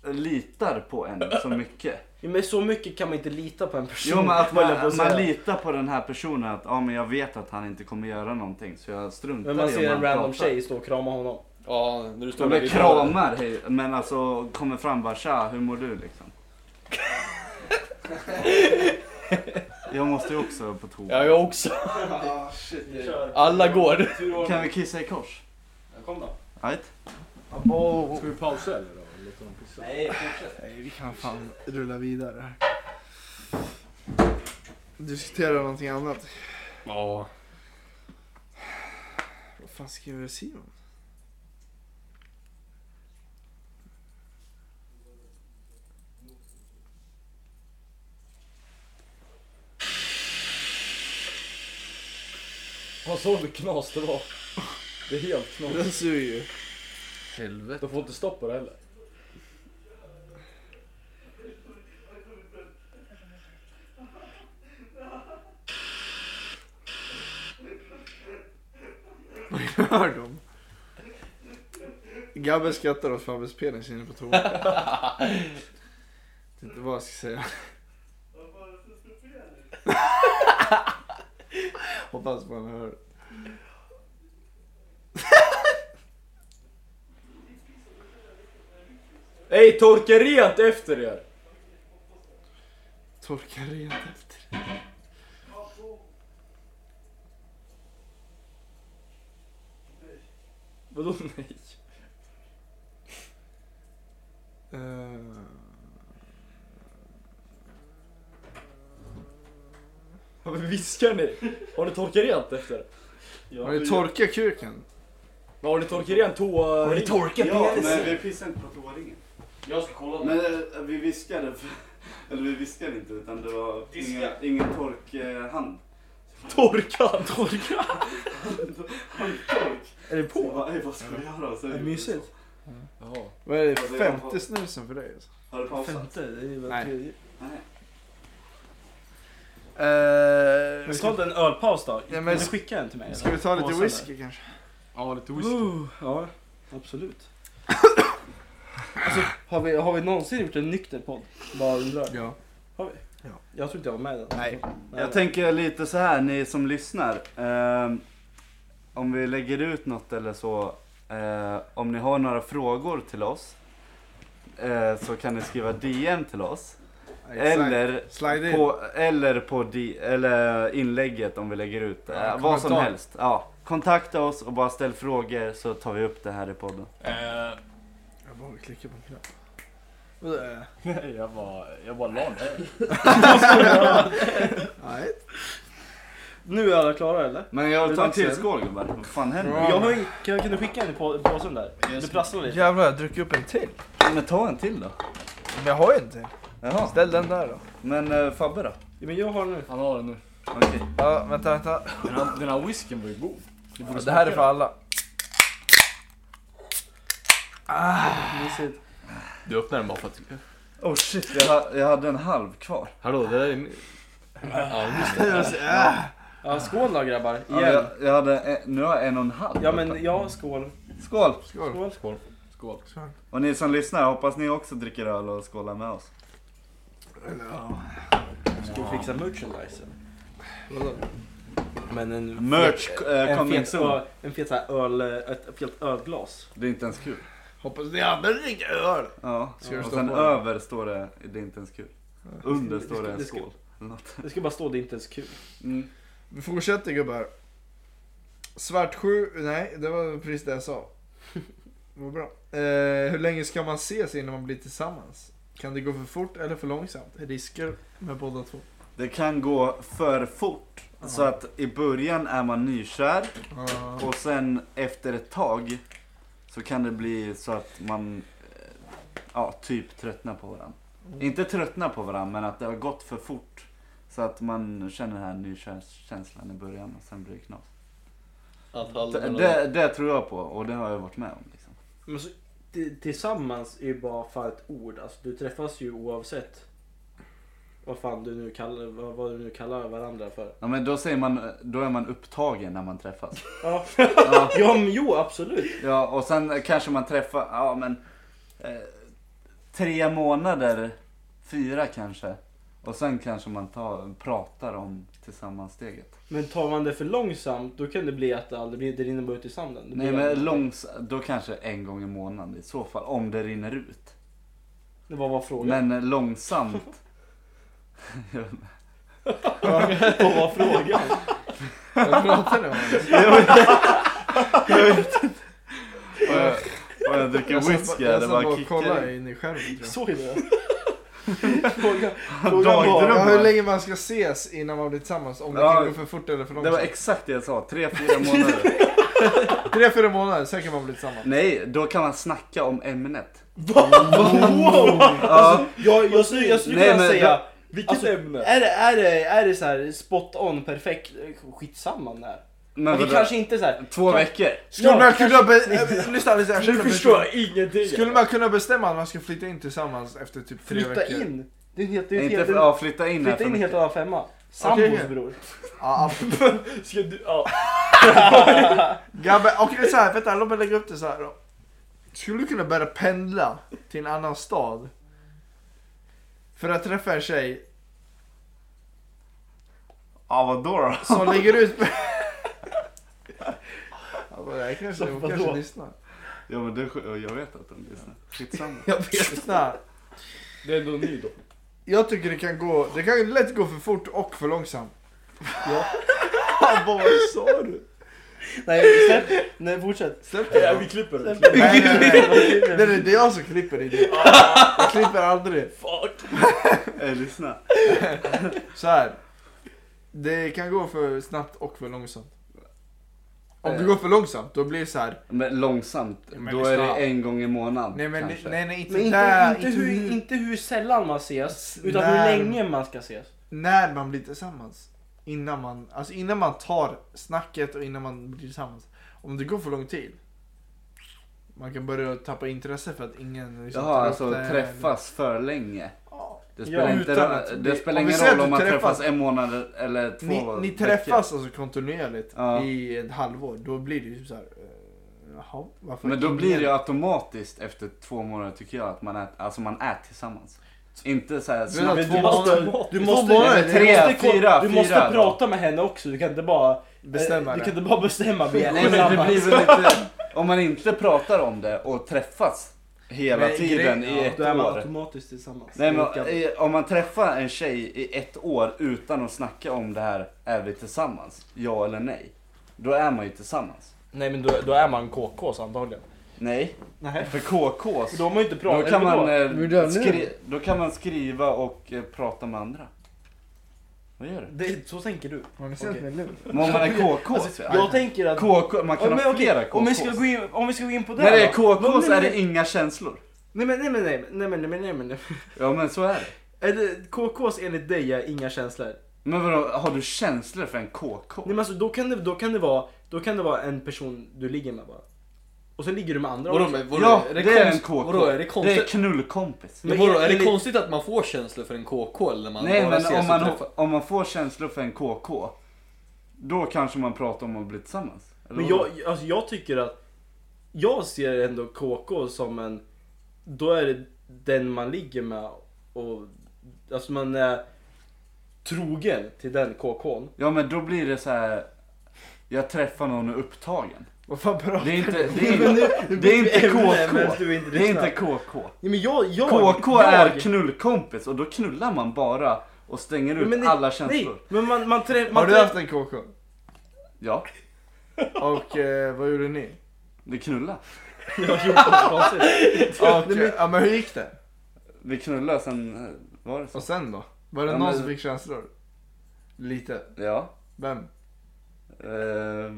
Speaker 6: litar på en så mycket.
Speaker 3: Ja, Men så mycket kan man inte lita på en person.
Speaker 6: Jo men att
Speaker 3: höll jag på
Speaker 6: man,
Speaker 3: att
Speaker 6: man
Speaker 3: säga.
Speaker 6: litar på den här personen att ja men jag vet att han inte kommer göra någonting så jag struntar
Speaker 3: Men man
Speaker 6: i om
Speaker 3: ser en
Speaker 6: han
Speaker 3: random
Speaker 6: pratar.
Speaker 3: tjej stå och krama honom.
Speaker 4: Ja, när du står
Speaker 6: De
Speaker 4: vid
Speaker 6: blir kramar hej, men alltså kommer fram bara tja hur mår du liksom. jag måste ju också på toa.
Speaker 4: Ja, jag också.
Speaker 1: Ah, shit.
Speaker 4: Alla går.
Speaker 6: Kan vi kissa i kors?
Speaker 5: Kom då.
Speaker 6: Right?
Speaker 1: Oh.
Speaker 5: Ska vi pausa eller? Då? Låta dem pissa?
Speaker 3: Nej.
Speaker 1: Nej, vi kan fan rulla vidare här. Diskutera någonting annat.
Speaker 5: Ja.
Speaker 1: Vad fan skriver Simon?
Speaker 5: Vad såg du knas det var? Det är helt knas.
Speaker 1: Den suger ju.
Speaker 4: Helvete.
Speaker 5: De får inte stopp på det heller.
Speaker 1: Vad gör de? Gabbe skrattar åt Fabbes penis inne på toan. Jag vet inte vad jag ska säga. Hoppas man hör.
Speaker 5: Ey torka rent efter er!
Speaker 1: Torka rent efter.
Speaker 5: Vadå nej?
Speaker 1: Eh,
Speaker 5: Varför viskar ni? Har ni torkat rent efter?
Speaker 1: har ni torkat kuken?
Speaker 5: Har ni torkat rent toa... Har ni torkat
Speaker 6: Ja men vi pissar inte på toaringen.
Speaker 5: Jag ska kolla.
Speaker 6: Men eh, vi viskade, för, eller vi viskade inte utan det var ingen, ingen eh, torkhand.
Speaker 5: Torkad! Torkad!
Speaker 6: Har du tork?
Speaker 3: Är det
Speaker 6: Så jag
Speaker 3: på?
Speaker 6: bara, "Ey, vad ska vi göra? Och så
Speaker 3: Är det mysigt?
Speaker 5: Jaha.
Speaker 1: Vad är det?
Speaker 6: Ja, det är-
Speaker 1: Femte snusen för dig? Alltså?
Speaker 6: Har du pausat?
Speaker 3: Femte? Det är väl
Speaker 1: Nej.
Speaker 3: tredje.
Speaker 6: Nej.
Speaker 1: Eh,
Speaker 3: Men ta inte en ölpaus då.
Speaker 1: men
Speaker 3: Kan du
Speaker 1: sk-
Speaker 3: skicka en till mig?
Speaker 1: Ska vi ta lite whisky kanske?
Speaker 5: Ja lite
Speaker 3: Uh, ja, absolut. alltså, har, vi, har vi någonsin gjort en nykter podd? Bara undrar.
Speaker 1: Ja.
Speaker 3: Jag tror inte jag var med i den.
Speaker 1: Nej.
Speaker 6: Jag tänker lite så här, ni som lyssnar. ehm, om vi lägger ut något eller så, Eh, om ni har några frågor till oss eh, så kan ni skriva DM till oss. Eller
Speaker 1: Slide in.
Speaker 6: på, eller på di, eller inlägget om vi lägger ut det.
Speaker 5: Ja,
Speaker 6: Vad som
Speaker 5: kommentar.
Speaker 6: helst. Ja, kontakta oss och bara ställ frågor så tar vi upp det här i podden.
Speaker 5: Eh,
Speaker 1: Jag bara klickar på en knapp.
Speaker 5: nej, jag var, jag var lam.
Speaker 1: Nej.
Speaker 3: Nu är alla klara eller?
Speaker 6: Men jag
Speaker 3: tar
Speaker 6: tar
Speaker 3: en
Speaker 6: en
Speaker 3: till
Speaker 6: till skål gubbar. Vad fan händer?
Speaker 3: Jag har ju, kan, kan du skicka en i på- påsen där? Du prasslar lite.
Speaker 1: Jävlar, jag druckit upp en till.
Speaker 6: Men ta en till då.
Speaker 1: Men jag har ju en till.
Speaker 6: Jaha.
Speaker 1: Ställ den där då.
Speaker 6: Men eh, Fabbe då?
Speaker 3: Ja, men jag har nu.
Speaker 5: Han har den nu.
Speaker 6: Okej.
Speaker 1: Ja, vänta, vänta.
Speaker 5: Den här, den här whiskyn var ju god. Du borde
Speaker 1: Det här är
Speaker 5: smaka
Speaker 1: för alla.
Speaker 3: Mysigt.
Speaker 4: Du öppnar den bara för att...
Speaker 6: Oh shit, jag, ha- jag hade en halv kvar.
Speaker 4: Hallå, det där är min... Ja, just det.
Speaker 3: Ja, skål då grabbar.
Speaker 6: Ja,
Speaker 3: Igen.
Speaker 6: jag, jag hade en, nu har jag en och en halv.
Speaker 3: Ja men ja, skål.
Speaker 6: Skål!
Speaker 3: Skål.
Speaker 5: den. Skål.
Speaker 6: Och ni som lyssnar, hoppas ni också dricker öl och skålar med oss.
Speaker 3: Ska vi fixa merchandise? Men en
Speaker 6: Merch eh,
Speaker 3: en
Speaker 6: kommer
Speaker 3: fet,
Speaker 6: inte...
Speaker 3: ö, en fet så här öl, ett fet ölglas.
Speaker 6: Det är inte ens kul.
Speaker 1: Hoppas ni andra dricker öl.
Speaker 6: Ja.
Speaker 1: Ska du
Speaker 6: Och
Speaker 1: stå
Speaker 6: sen
Speaker 1: på?
Speaker 6: över står det, det är inte ens kul. Under
Speaker 3: Det ska-
Speaker 6: står det
Speaker 3: det
Speaker 6: en
Speaker 3: ska-
Speaker 6: skål. eller något.
Speaker 3: Det ska bara stå det är inte ens kul.
Speaker 6: Mm.
Speaker 1: Vi fortsätter gubbar. Svartsju, nej det var precis det jag sa. Det var bra. Eh, hur länge ska man ses innan man blir tillsammans? Kan det gå för fort eller för långsamt? Risker med båda två.
Speaker 6: Det kan gå för fort. Så att i början är man nykär
Speaker 1: Ah,
Speaker 6: och sen efter ett tag så kan det bli så att man eh, ja, typ tröttnar på varandra. Inte tröttnar på varandra men att det har gått för fort. Så att man känner den här nykärskänslan i början och sen blir det knas.
Speaker 4: Att
Speaker 6: Det,
Speaker 4: hallen...
Speaker 6: det, det tror jag på och det har jag varit med om. Liksom.
Speaker 3: Men så, t- tillsammans är ju bara fan ett ord. Alltså, du träffas ju oavsett vad fan du nu kallar, vad, vad du nu kallar varandra för.
Speaker 6: Ja, men då, säger man, då är man upptagen när man träffas.
Speaker 3: Ja,
Speaker 6: Ja.
Speaker 3: ja men jo absolut.
Speaker 6: Ja, och sen kanske man träffar, ja men eh, tre månader, fyra kanske. Och sen kanske man tar, pratar om tillsammansteget.
Speaker 3: Men tar man det för långsamt då kan det bli att det aldrig blir, det rinner bara ut i sanden. Det
Speaker 6: Nej
Speaker 3: blir
Speaker 6: men
Speaker 3: aldrig-
Speaker 6: långs, då kanske en gång i månaden i så fall, om det rinner ut.
Speaker 3: Det var vad frågan.
Speaker 6: Men eh, långsamt. Jag vet inte.
Speaker 3: Vad var frågan?
Speaker 1: Vad pratar ni om?
Speaker 6: Och jag, och jag dricker
Speaker 1: satt
Speaker 6: whisky,
Speaker 1: bara-
Speaker 6: det
Speaker 1: satt bara
Speaker 6: bara
Speaker 1: och kollade
Speaker 6: kickar
Speaker 1: in i skärmen tror jag.
Speaker 3: Såg du det? Fråga.
Speaker 6: in.
Speaker 1: Ja, hur
Speaker 6: Dagdrömmar.
Speaker 1: länge man ska ses innan man blir tillsammans? Om det
Speaker 6: Ja.
Speaker 1: kan gå för fort eller för
Speaker 6: Det var
Speaker 1: långsamt?
Speaker 6: exakt det jag sa, tre, fyra månader.
Speaker 1: Tre, fyra månader, sen kan man bli tillsammans.
Speaker 6: Nej, då kan man snacka om ämnet. Mm.
Speaker 3: Wow! Alltså,
Speaker 6: Ja,
Speaker 3: Jag, jag, skulle- jag skulle
Speaker 6: Nej,
Speaker 3: kunna
Speaker 6: men
Speaker 3: säga
Speaker 5: Vilket
Speaker 3: Alltså,
Speaker 5: ämne?
Speaker 3: Är det, är det, är det så här spot on perfekt? Skitsamma när.
Speaker 6: men
Speaker 3: Men vi
Speaker 6: vadå?
Speaker 3: kanske inte så här.
Speaker 6: Två veckor?
Speaker 1: Skulle man
Speaker 3: kanske-
Speaker 1: kunna... Be- eh, lyssna, lyssna,
Speaker 5: Nu
Speaker 1: skulle,
Speaker 5: förstår jag ingenting.
Speaker 1: skulle man kunna bestämma att man ska flytta in tillsammans efter typ tre
Speaker 3: flytta
Speaker 1: veckor?
Speaker 3: in. Det är helt, det är
Speaker 6: Nej,
Speaker 3: helt,
Speaker 6: Inte för, ja, flytta in
Speaker 3: flytta
Speaker 6: här för
Speaker 3: in en helt
Speaker 6: mycket.
Speaker 3: annan femma. Sambos
Speaker 1: Okej.
Speaker 3: bror.
Speaker 1: Ja,
Speaker 5: Ska du, ja.
Speaker 1: Gabbe, okej så här, vänta låt mig lägga upp det så här då. Skulle du kunna börja pendla till en annan stad? För att träffa en tjej
Speaker 6: Ja, vadå då?
Speaker 1: som lägger ut... Ja, men det här kanske, hon kanske
Speaker 3: Vadå?
Speaker 1: lyssnar.
Speaker 6: Ja, men det, jag vet att de lyssnar. Skitsamma.
Speaker 1: Lyssna.
Speaker 5: Det är ändå ny då.
Speaker 1: Jag tycker det kan gå, det kan ju lätt gå för fort och för långsamt.
Speaker 3: Vad sa du? Nej, släpp. Nej, fortsätt.
Speaker 1: Släpp
Speaker 5: Ja,
Speaker 1: det.
Speaker 5: vi klipper det.
Speaker 1: Nej, nej, nej. Nej, nej, det är jag som klipper i det. Jag klipper aldrig.
Speaker 6: Eh, lyssna.
Speaker 1: Så här. Det kan gå för snabbt och för långsamt. Om det går för långsamt då blir det så här.
Speaker 6: Men långsamt,
Speaker 1: Men
Speaker 6: då är
Speaker 1: lyssna.
Speaker 6: det en gång i månaden
Speaker 1: Nej men
Speaker 6: kanske.
Speaker 1: nej, nej inte,
Speaker 3: Men inte,
Speaker 1: där,
Speaker 3: inte, hur, inte hur sällan man ses, utan
Speaker 1: När-
Speaker 3: hur länge man ska ses.
Speaker 1: När man blir tillsammans. Innan man, alltså innan man tar snacket och innan man blir tillsammans. Om det går för lång tid. Man kan börja tappa intresse för att ingen liksom
Speaker 6: Jaha,
Speaker 1: tar upp
Speaker 6: alltså
Speaker 1: det här.
Speaker 6: träffas för länge.
Speaker 1: Ja.
Speaker 6: Det spelar,
Speaker 1: Ja,
Speaker 6: inte,
Speaker 1: utan att-
Speaker 6: det,
Speaker 1: det-
Speaker 6: spelar
Speaker 1: om vi
Speaker 6: ingen
Speaker 1: säger
Speaker 6: roll
Speaker 1: att
Speaker 6: om
Speaker 1: du
Speaker 6: man
Speaker 1: träffas-
Speaker 6: träffas en månad eller två
Speaker 1: Ni, ni
Speaker 6: veckor.
Speaker 1: träffas alltså kontinuerligt
Speaker 6: Ja.
Speaker 1: i ett halvår. Då blir det ju typ så här. eh, Jaha, varför
Speaker 6: Men då
Speaker 1: ingen-
Speaker 6: blir det ju automatiskt efter två månader tycker jag att man är, alltså man är tillsammans. Inte såhär
Speaker 1: Du menar
Speaker 6: snabbt.
Speaker 1: två
Speaker 3: måste-
Speaker 1: månader?
Speaker 3: Du
Speaker 1: Två
Speaker 3: måste,
Speaker 1: månader?
Speaker 6: Tre,
Speaker 3: du måste, ko-
Speaker 6: fyra,
Speaker 3: du måste
Speaker 6: fyra då.
Speaker 3: prata med henne också. Du kan inte bara eh,
Speaker 1: Bestämma
Speaker 3: Du
Speaker 1: det.
Speaker 3: kan inte bara bestämma. Vi är
Speaker 6: Nej men det
Speaker 3: tillsammans.
Speaker 6: blir väl lite... om man inte pratar om det och träffas hela
Speaker 3: Men
Speaker 6: tiden
Speaker 3: grejen-
Speaker 6: i
Speaker 3: ja,
Speaker 6: ett
Speaker 3: då är man
Speaker 6: år.
Speaker 3: automatiskt tillsammans.
Speaker 6: Nej, men,
Speaker 3: Lika-
Speaker 6: eh, om man träffar en tjej i ett år utan att snacka om det här, är vi tillsammans? Ja eller nej? Då är man ju tillsammans.
Speaker 5: Nej men då, då är man KKs antagligen.
Speaker 6: Nej,
Speaker 3: Nej.
Speaker 6: för KKs,
Speaker 3: Då har man ju inte
Speaker 6: då
Speaker 3: pratat.
Speaker 6: kan man, eh,
Speaker 1: Hur gör ni?
Speaker 6: skri- då kan man skriva och eh, prata med andra. Vad gör du?
Speaker 3: det, så tänker du.
Speaker 1: Har ni sett
Speaker 3: Okej.
Speaker 1: min lur?
Speaker 6: Men om man är KKs,
Speaker 3: Alltså, jag tänker att...
Speaker 6: KK, man kan
Speaker 3: Ja, men
Speaker 6: ha
Speaker 3: okej,
Speaker 6: flera
Speaker 3: om, vi
Speaker 6: KKs.
Speaker 3: ska gå in, om vi ska gå in på det
Speaker 6: När det är
Speaker 3: då.
Speaker 6: KKs
Speaker 3: Men-
Speaker 6: är det inga känslor.
Speaker 3: Nej men nej men nej men nej men nej men nej men nej.
Speaker 6: Ja men så är det.
Speaker 3: Är det- KKs enligt dig är inga känslor.
Speaker 6: Men vadå, har du känslor för en KK?
Speaker 3: Nej men alltså då kan det, då kan det vara, då kan det vara en person du ligger med bara. Och sen ligger du med andra
Speaker 4: Vadå,
Speaker 3: också.
Speaker 4: men, vadå,
Speaker 6: ja,
Speaker 4: är
Speaker 6: det,
Speaker 4: det,
Speaker 6: är en
Speaker 4: konst-
Speaker 6: KK.
Speaker 4: Vadå, är det
Speaker 6: det
Speaker 4: konstigt?
Speaker 6: är knullkompis.
Speaker 4: Men vadå, är det
Speaker 3: enligt-
Speaker 4: konstigt att man får känslor för en KK eller man
Speaker 6: Nej
Speaker 4: bara
Speaker 6: men
Speaker 4: ses
Speaker 6: om
Speaker 4: och
Speaker 6: man,
Speaker 4: träffas?
Speaker 6: om man får känslor för en KK, då kanske man pratar om att bli tillsammans. Eller
Speaker 3: Men
Speaker 6: vadå?
Speaker 3: jag, alltså jag tycker att, jag ser ändå KK som en, då är det den man ligger med och, alltså man är trogen till den KKn.
Speaker 6: Ja men då blir det så här. jag träffar någon och är upptagen.
Speaker 1: Vad fan pratar
Speaker 6: Det är inte, det är, det är inte
Speaker 3: Men
Speaker 6: KK.
Speaker 3: du är inte
Speaker 6: Det är
Speaker 3: lyssnar.
Speaker 6: inte KK.
Speaker 3: Nej, men jag, jag,
Speaker 6: KK
Speaker 3: jag,
Speaker 6: är knullkompis och då knullar man bara och stänger ut
Speaker 3: Men nej,
Speaker 6: alla
Speaker 3: Nej,
Speaker 6: känslor.
Speaker 3: men man, man, trä, man
Speaker 1: Har du
Speaker 3: trä,
Speaker 1: haft en KK?
Speaker 6: Ja,
Speaker 1: Och eh, vad gjorde ni?
Speaker 6: vi knullar.
Speaker 1: Och, eh, ja, men hur gick det?
Speaker 6: Vi knullar sen, eh, var det så?
Speaker 1: Och sen då? Var det
Speaker 6: Ja,
Speaker 1: någon
Speaker 6: men-
Speaker 1: som fick känslor? Lite.
Speaker 6: Ja.
Speaker 1: Vem?
Speaker 6: Eh,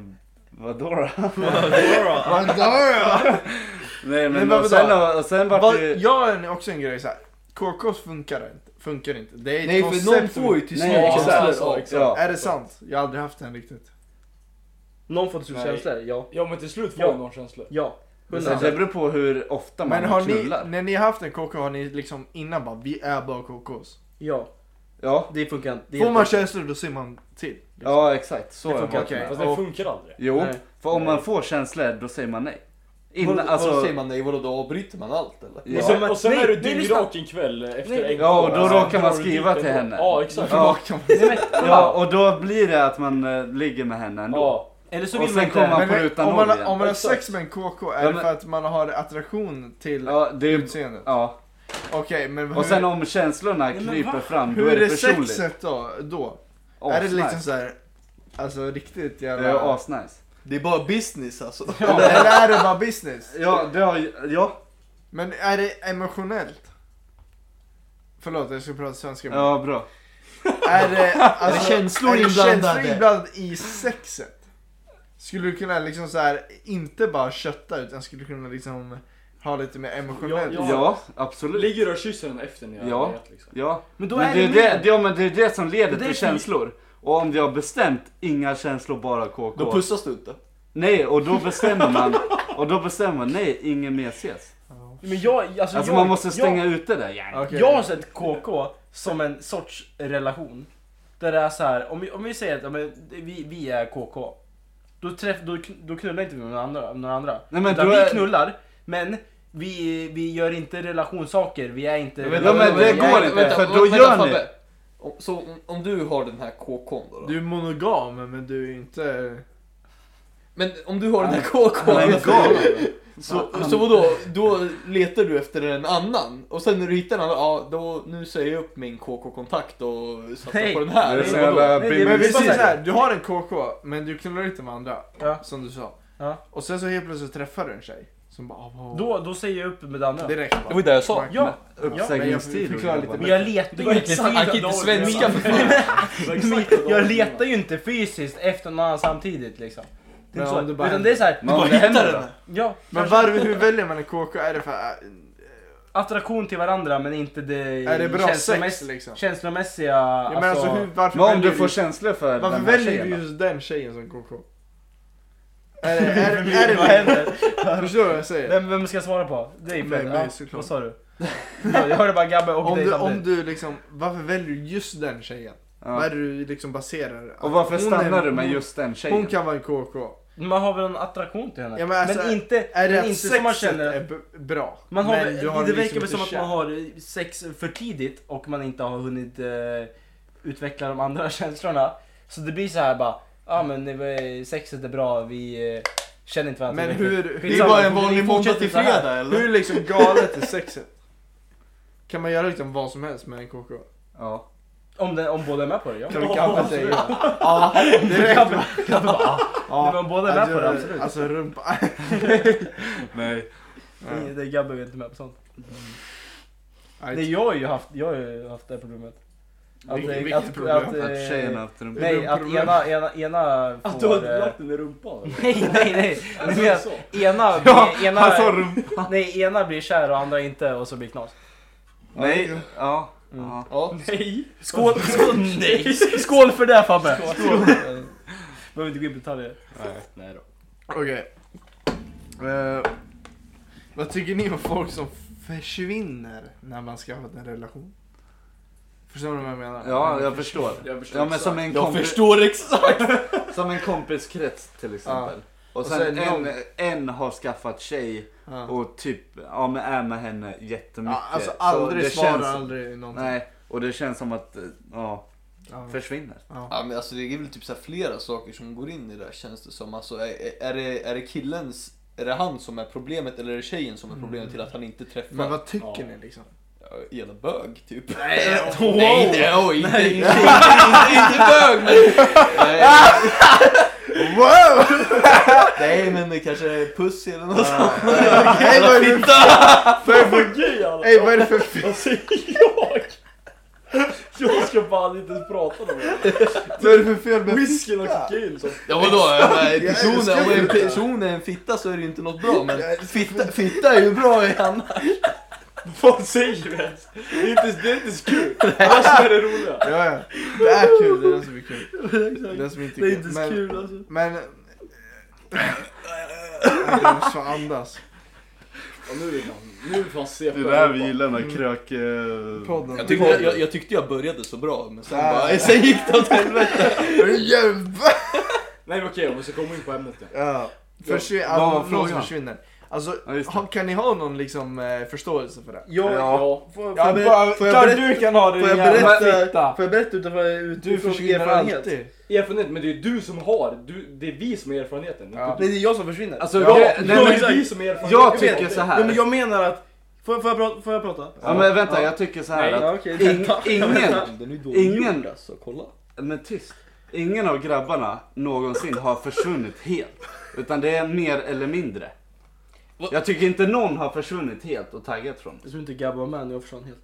Speaker 6: vadå då?
Speaker 1: Vadå då?
Speaker 6: Nej men,
Speaker 1: Men vad
Speaker 6: och
Speaker 1: vadå?
Speaker 6: sen, och, och sen vart
Speaker 1: Vad-
Speaker 6: det ju...
Speaker 1: Jag är också en grej så här. KKs funkar inte. Funkar inte. Det är ett
Speaker 4: Nej
Speaker 1: koncept
Speaker 4: för någon
Speaker 1: som-
Speaker 4: får ju till slut
Speaker 6: Nej,
Speaker 5: exakt.
Speaker 4: känslor.
Speaker 5: exakt.
Speaker 6: Ja.
Speaker 1: Är det sant? Jag har aldrig haft en riktigt.
Speaker 3: någon får till slut
Speaker 5: Nej.
Speaker 3: känslor, ja.
Speaker 5: Ja men till slut får
Speaker 3: Ja.
Speaker 5: någon känslor.
Speaker 3: Ja.
Speaker 6: Men sen,
Speaker 3: 100%.
Speaker 6: det beror på hur ofta man
Speaker 1: Men har ni,
Speaker 6: knullar.
Speaker 1: när ni har haft en KK har ni liksom innan bara vi är bara KKs?
Speaker 3: Ja,
Speaker 6: Ja.
Speaker 3: det funkar inte. Det är
Speaker 1: Får man
Speaker 3: helt-
Speaker 1: känslor då ser man till.
Speaker 6: ja, exakt. Så
Speaker 3: Det
Speaker 6: har jag
Speaker 3: funkar
Speaker 6: varit
Speaker 1: okej.
Speaker 6: med.
Speaker 5: Fast det
Speaker 1: Och-
Speaker 5: funkar aldrig.
Speaker 6: Jo,
Speaker 3: Nej.
Speaker 6: för om man
Speaker 3: Nej.
Speaker 6: får känslor då säger man nej.
Speaker 4: Vadå,
Speaker 6: Innan,
Speaker 4: vadå,
Speaker 6: alltså...
Speaker 4: säger man nej, vadå då avbryter man allt eller?
Speaker 5: Och
Speaker 6: Ja,
Speaker 5: sen, och sen
Speaker 3: Nej,
Speaker 5: är du
Speaker 3: nej, lyssna.
Speaker 5: dyngrak en kväll efter
Speaker 3: Nej.
Speaker 5: en
Speaker 6: Ja, och
Speaker 5: kväll.
Speaker 6: då
Speaker 5: Sen
Speaker 6: råkar man
Speaker 5: drar du
Speaker 6: skriva
Speaker 5: dit
Speaker 6: till
Speaker 5: ändå.
Speaker 6: henne.
Speaker 5: Ja exakt.
Speaker 6: ja. ja, och då blir det att man eh, ligger med henne ändå.
Speaker 5: Ja.
Speaker 3: Eller så
Speaker 6: Och
Speaker 3: vill man
Speaker 6: sen
Speaker 3: inte...
Speaker 6: kommer man på
Speaker 1: Men
Speaker 6: rutan
Speaker 1: om man,
Speaker 6: noll igen.
Speaker 1: om man har
Speaker 5: Exakt.
Speaker 1: sex med en KK är
Speaker 6: Ja,
Speaker 1: det
Speaker 6: men-
Speaker 1: för att man har attraktion till
Speaker 6: Ja, det är,
Speaker 1: utseendet?
Speaker 6: ja.
Speaker 1: Okej, men hur,
Speaker 6: Och sen om känslorna
Speaker 3: men
Speaker 6: kryper
Speaker 3: va?
Speaker 6: fram, då
Speaker 1: hur
Speaker 6: är
Speaker 1: är
Speaker 6: det
Speaker 1: det
Speaker 6: personligt.
Speaker 1: sexet då? då?
Speaker 6: Asnice.
Speaker 1: är det liksom så här, alltså riktigt
Speaker 6: Det
Speaker 1: jävla...
Speaker 6: är asnice.
Speaker 4: Det är bara business alltså.
Speaker 1: Eller eller är det bara business?
Speaker 6: Ja, det har ju- ja.
Speaker 1: Men är det emotionellt? Förlåt, jag ska prata svenska. men-
Speaker 6: Ja, bra.
Speaker 1: Är det, alltså,
Speaker 4: Är det känslor
Speaker 1: är det
Speaker 4: inblandade?
Speaker 1: känslor inblandade i sexet? Skulle du kunna liksom så här inte bara kötta utan skulle du kunna liksom ha lite mer emotionellt?
Speaker 5: Ja.
Speaker 6: Ja, absolut.
Speaker 5: Ligger du och kysser henne efter ni har
Speaker 6: Ja.
Speaker 5: legat, liksom?
Speaker 6: Ja.
Speaker 3: Men då
Speaker 6: Men
Speaker 3: är
Speaker 6: det,
Speaker 3: det,
Speaker 6: är det, det, ja, men det är det som
Speaker 3: Det
Speaker 6: leder
Speaker 3: är
Speaker 6: till
Speaker 3: fint.
Speaker 6: känslor. Och om vi har bestämt inga känslor, bara KK.
Speaker 4: Då pussas du inte.
Speaker 6: nej, och då bestämmer man. Och då bestämmer man, nej, ingen mer ses.
Speaker 3: Men jag, alltså,
Speaker 6: Alltså
Speaker 3: jag,
Speaker 6: man måste
Speaker 3: jag,
Speaker 6: stänga ute det. Ja.
Speaker 1: Okej.
Speaker 3: Jag har sett KK som en sorts relation. Där det är så här, om vi, om vi säger att ja, men, vi, vi är KK. Då, träff, då, kn- då knullar inte vi med några andra. med Några andra.
Speaker 6: Nej, men
Speaker 3: Utan
Speaker 6: då
Speaker 3: vi
Speaker 6: är-
Speaker 3: knullar, men vi, vi gör inte relationssaker. Vi är inte...
Speaker 6: Ja, men det
Speaker 3: jag är
Speaker 6: går inte, för då gör ni.
Speaker 4: Om- Så om, om du har den här KK'n då, då?
Speaker 1: Du är monogam men du är inte...
Speaker 4: Men om du har den här KK'n.
Speaker 6: Han är galen.
Speaker 4: Så, så vadå, då letar du efter en annan och sen när du hittar en annan, ja då nu säger jag upp min KK-kontakt och satsar
Speaker 3: Nej.
Speaker 4: på den här.
Speaker 6: Det är
Speaker 4: Eller
Speaker 6: så
Speaker 4: vadå?
Speaker 6: jävla
Speaker 3: Nej, det
Speaker 1: Men
Speaker 3: är Men
Speaker 1: vi
Speaker 6: billigt.
Speaker 3: precis
Speaker 1: säger
Speaker 3: så
Speaker 1: såhär, du har en KK men du knullar inte med andra.
Speaker 3: Ja.
Speaker 1: Som du sa.
Speaker 3: Ja.
Speaker 1: Och sen så helt plötsligt träffar du en tjej. Som bara... "Ah, wow."
Speaker 3: Då, då säger jag upp med det andra.
Speaker 1: Direkt
Speaker 4: Det
Speaker 1: bara.
Speaker 4: var ju det jag sa.
Speaker 3: Ja,
Speaker 1: Men
Speaker 6: Uppsägningstid.
Speaker 1: jag
Speaker 6: och
Speaker 1: förklarar lite
Speaker 6: grabbar.
Speaker 3: men jag letar
Speaker 5: Det
Speaker 3: ju
Speaker 5: var
Speaker 3: inte
Speaker 5: exakt- han kan inte
Speaker 3: fysiskt.
Speaker 4: Inte svenska för fan.
Speaker 3: Men jag letar ju inte fysiskt efter någon annan samtidigt liksom. Det är
Speaker 1: Men
Speaker 3: inte så.
Speaker 1: om du bara-
Speaker 3: Utan det är såhär,
Speaker 6: Men om
Speaker 4: bara
Speaker 6: det
Speaker 4: hittar
Speaker 6: händer
Speaker 4: den.
Speaker 6: då?
Speaker 3: ja,
Speaker 1: Men
Speaker 3: kanske
Speaker 1: varför, hur väljer man en KK? Är det för...
Speaker 3: attraktion till varandra men inte det,
Speaker 1: Är det bra sex
Speaker 3: känslomäss-
Speaker 1: liksom?
Speaker 3: känslomässiga...
Speaker 1: Ja, men alltså, hur, varför
Speaker 6: Men om
Speaker 1: väljer
Speaker 6: du får känslor för
Speaker 1: Varför
Speaker 6: den här
Speaker 1: väljer
Speaker 6: tjejen
Speaker 1: du
Speaker 6: då?
Speaker 1: just den tjejen som KK? Är det, är, det- är det vad händer? Förstår du vad jag säger?
Speaker 3: vem, vem ska jag svara på? Dig
Speaker 1: Mig,
Speaker 3: Fred?
Speaker 1: mig,
Speaker 3: Ja,
Speaker 1: såklart.
Speaker 3: Vad sa du? Ja, jag hörde bara Gabbe och
Speaker 1: Om
Speaker 3: dig
Speaker 1: du,
Speaker 3: samtidigt.
Speaker 1: om du liksom, varför väljer du just den tjejen? Vad är det
Speaker 6: Ja.
Speaker 1: du liksom baserar? att
Speaker 6: Och varför
Speaker 1: hon
Speaker 6: stannar
Speaker 1: är-
Speaker 6: du med just den
Speaker 1: hon, hon
Speaker 6: tjejen?
Speaker 1: kan vara en KK.
Speaker 3: Man har väl en attraktion till henne?
Speaker 1: Ja, men alltså,
Speaker 3: inte,
Speaker 1: Är det
Speaker 3: men
Speaker 1: att
Speaker 3: inte
Speaker 1: sexet
Speaker 3: som man känner att
Speaker 1: är b- bra?
Speaker 3: Man har,
Speaker 1: men du har
Speaker 3: det
Speaker 1: liksom
Speaker 3: verkar väl
Speaker 1: inte
Speaker 3: som att
Speaker 1: kär-
Speaker 3: man har sex för tidigt och man inte har hunnit eh, utveckla de andra känslorna. Så det blir så här bara, ja ah, men det var- sexet är bra, vi, eh, Känner inte varandra
Speaker 1: Men
Speaker 3: så mycket.
Speaker 1: hur...
Speaker 3: Skitsamma, vi
Speaker 1: måndag
Speaker 3: fortsätter så här.
Speaker 1: Hur liksom galet är sexet? Kan man göra liksom vad som helst med en KK?
Speaker 6: Ja.
Speaker 3: Om, den, om båda är med på det, ja.
Speaker 1: Kan vi kaffe säger jag. Ja, direkt.
Speaker 3: Nej, men om båda är med på det,
Speaker 1: Alltså,
Speaker 3: absolut.
Speaker 1: Alltså rumpa.
Speaker 6: Nej.
Speaker 3: Nej, Det är Gabbe vi är inte med på sånt.
Speaker 1: Nej,
Speaker 3: Nej, jag har ju haft, jag har ju haft det här problemet. Att,
Speaker 1: Vilket-
Speaker 3: eh,
Speaker 1: vilket problem?
Speaker 3: eh,
Speaker 6: Att tjejen har haft rumpa.
Speaker 3: Nej, att
Speaker 1: Rumproblem.
Speaker 3: ena, ena, ena får...
Speaker 5: Att du hade
Speaker 3: eh,
Speaker 5: lagt den i rumpan? eller?
Speaker 3: Nej, nej, nej.
Speaker 5: Alltså,
Speaker 3: Men
Speaker 5: så.
Speaker 3: ena,
Speaker 6: Ja,
Speaker 3: ena,
Speaker 6: han sa rumpa.
Speaker 3: nej, ena blir kär och andra inte och så blir det knas.
Speaker 6: Nej, ja. ja.
Speaker 1: Ja.
Speaker 5: Nej!
Speaker 3: Skål, skål, nej. skål för det Fabbe! Skål. Behöver inte gå in på detaljer.
Speaker 5: Nej då.
Speaker 1: Okej. Eh, vad tycker ni om folk som försvinner när man ska ha en relation? Förstår du vad jag menar?
Speaker 6: Ja, jag förstår.
Speaker 5: Jag förstår
Speaker 6: Ja, men som en, kompi-
Speaker 4: förstår exakt!
Speaker 6: som en kompiskrets till exempel. Och sen,
Speaker 1: Och sen
Speaker 6: en,
Speaker 1: någon-
Speaker 6: en har skaffat tjej
Speaker 1: Ja.
Speaker 6: och typ ja, men är med henne jättemycket.
Speaker 1: Ja, alltså
Speaker 6: Så
Speaker 1: aldrig
Speaker 6: det
Speaker 1: svara,
Speaker 6: känns-
Speaker 1: aldrig någonting.
Speaker 6: Nej, och det känns som att eh, ja,
Speaker 1: Ja.
Speaker 6: försvinner.
Speaker 1: Ja.
Speaker 4: Ja men alltså det är väl typ så här flera saker som går in i det här känns det som. Alltså är, är, det, är det killens, är det han som är problemet eller är det tjejen som är
Speaker 6: Mm.
Speaker 4: problemet till att han inte träffar
Speaker 1: Men vad tycker
Speaker 5: Ja.
Speaker 1: ni liksom?
Speaker 4: ja, jävla bög typ? Nej, nej, nej, oj, inte, inte, inte, inte bög men... Nej,
Speaker 1: Wow!
Speaker 4: nej men kanske puss eller något sånt.
Speaker 1: Hej vad är det för...
Speaker 5: Okej alla!
Speaker 1: Hej vad är det för... f-
Speaker 5: Vad säger jag? Jag ska fan inte ens prata om det.
Speaker 1: Vad är det för fel med...
Speaker 5: Whiskyn och kokain så.
Speaker 4: Ja vadå? Ja, men
Speaker 1: jag
Speaker 4: Personen, om en
Speaker 1: älskar
Speaker 4: person är en fitta så är det ju inte något bra men fitta, fitta är ju bra i annat.
Speaker 5: Vad säger vi ens? Det är inte, det är inte så kul. Det här som är det roliga.
Speaker 1: Ja, ja. Det är kul, det är det som är kul. Det är som inte
Speaker 5: Det är inte så
Speaker 1: men,
Speaker 5: kul alltså.
Speaker 1: Men... Jag måste andas.
Speaker 5: Ja, nu är man, nu är vi fan CP.
Speaker 6: gillar när krök... Eh...
Speaker 1: Podden.
Speaker 4: Jag tyckte jag, jag, tyckte jag började så bra men sen,
Speaker 1: Ah. Ja.
Speaker 4: bara, sen gick det åt helvete.
Speaker 5: Nej men okej, om vi ska komma in på ämnet igen.
Speaker 1: Ja. Försvin-
Speaker 6: vad var
Speaker 1: ja, någon som
Speaker 6: frågan?
Speaker 1: försvinner. Alltså,
Speaker 6: Ja, just det.
Speaker 1: ha- kan ni ha någon liksom eh, förståelse för det?
Speaker 3: Jag, Får,
Speaker 5: Ja.
Speaker 1: Ja,
Speaker 3: får,
Speaker 1: men-
Speaker 3: jag ber-
Speaker 1: får jag
Speaker 3: klart
Speaker 1: berä-
Speaker 3: du kan ha det
Speaker 1: får jag
Speaker 3: din jävla
Speaker 1: berätta-
Speaker 3: fitta.
Speaker 1: Får jag berätta utifrån, utifrån
Speaker 3: erfarenhet?
Speaker 5: Erfarenhet, men det är ju du som har. Du, det är vi som är erfarenheten. inte
Speaker 1: Ja.
Speaker 5: du.
Speaker 3: Nej, det är jag som försvinner.
Speaker 6: Alltså,
Speaker 5: Ja,
Speaker 6: jag,
Speaker 5: det
Speaker 6: nej, men,
Speaker 5: är vi som är erfarenheten.
Speaker 6: jag tycker så
Speaker 3: Ja, men
Speaker 6: här.
Speaker 3: jag menar att... Får, får, jag, prata, får jag prata?
Speaker 6: Ja, men vänta, jag tycker så här
Speaker 5: Nej,
Speaker 6: att
Speaker 3: Ja, okej.
Speaker 6: ing, ingen,
Speaker 4: Den är ju
Speaker 6: Ingen.
Speaker 4: dålig gjord, alltså, kolla.
Speaker 6: men tyst. Ingen av grabbarna någonsin har försvunnit helt. Utan det är mer eller mindre. Jag tycker inte någon har försvunnit helt och taggat från.
Speaker 3: Jag tror inte Gabbe var med när jag försvann helt.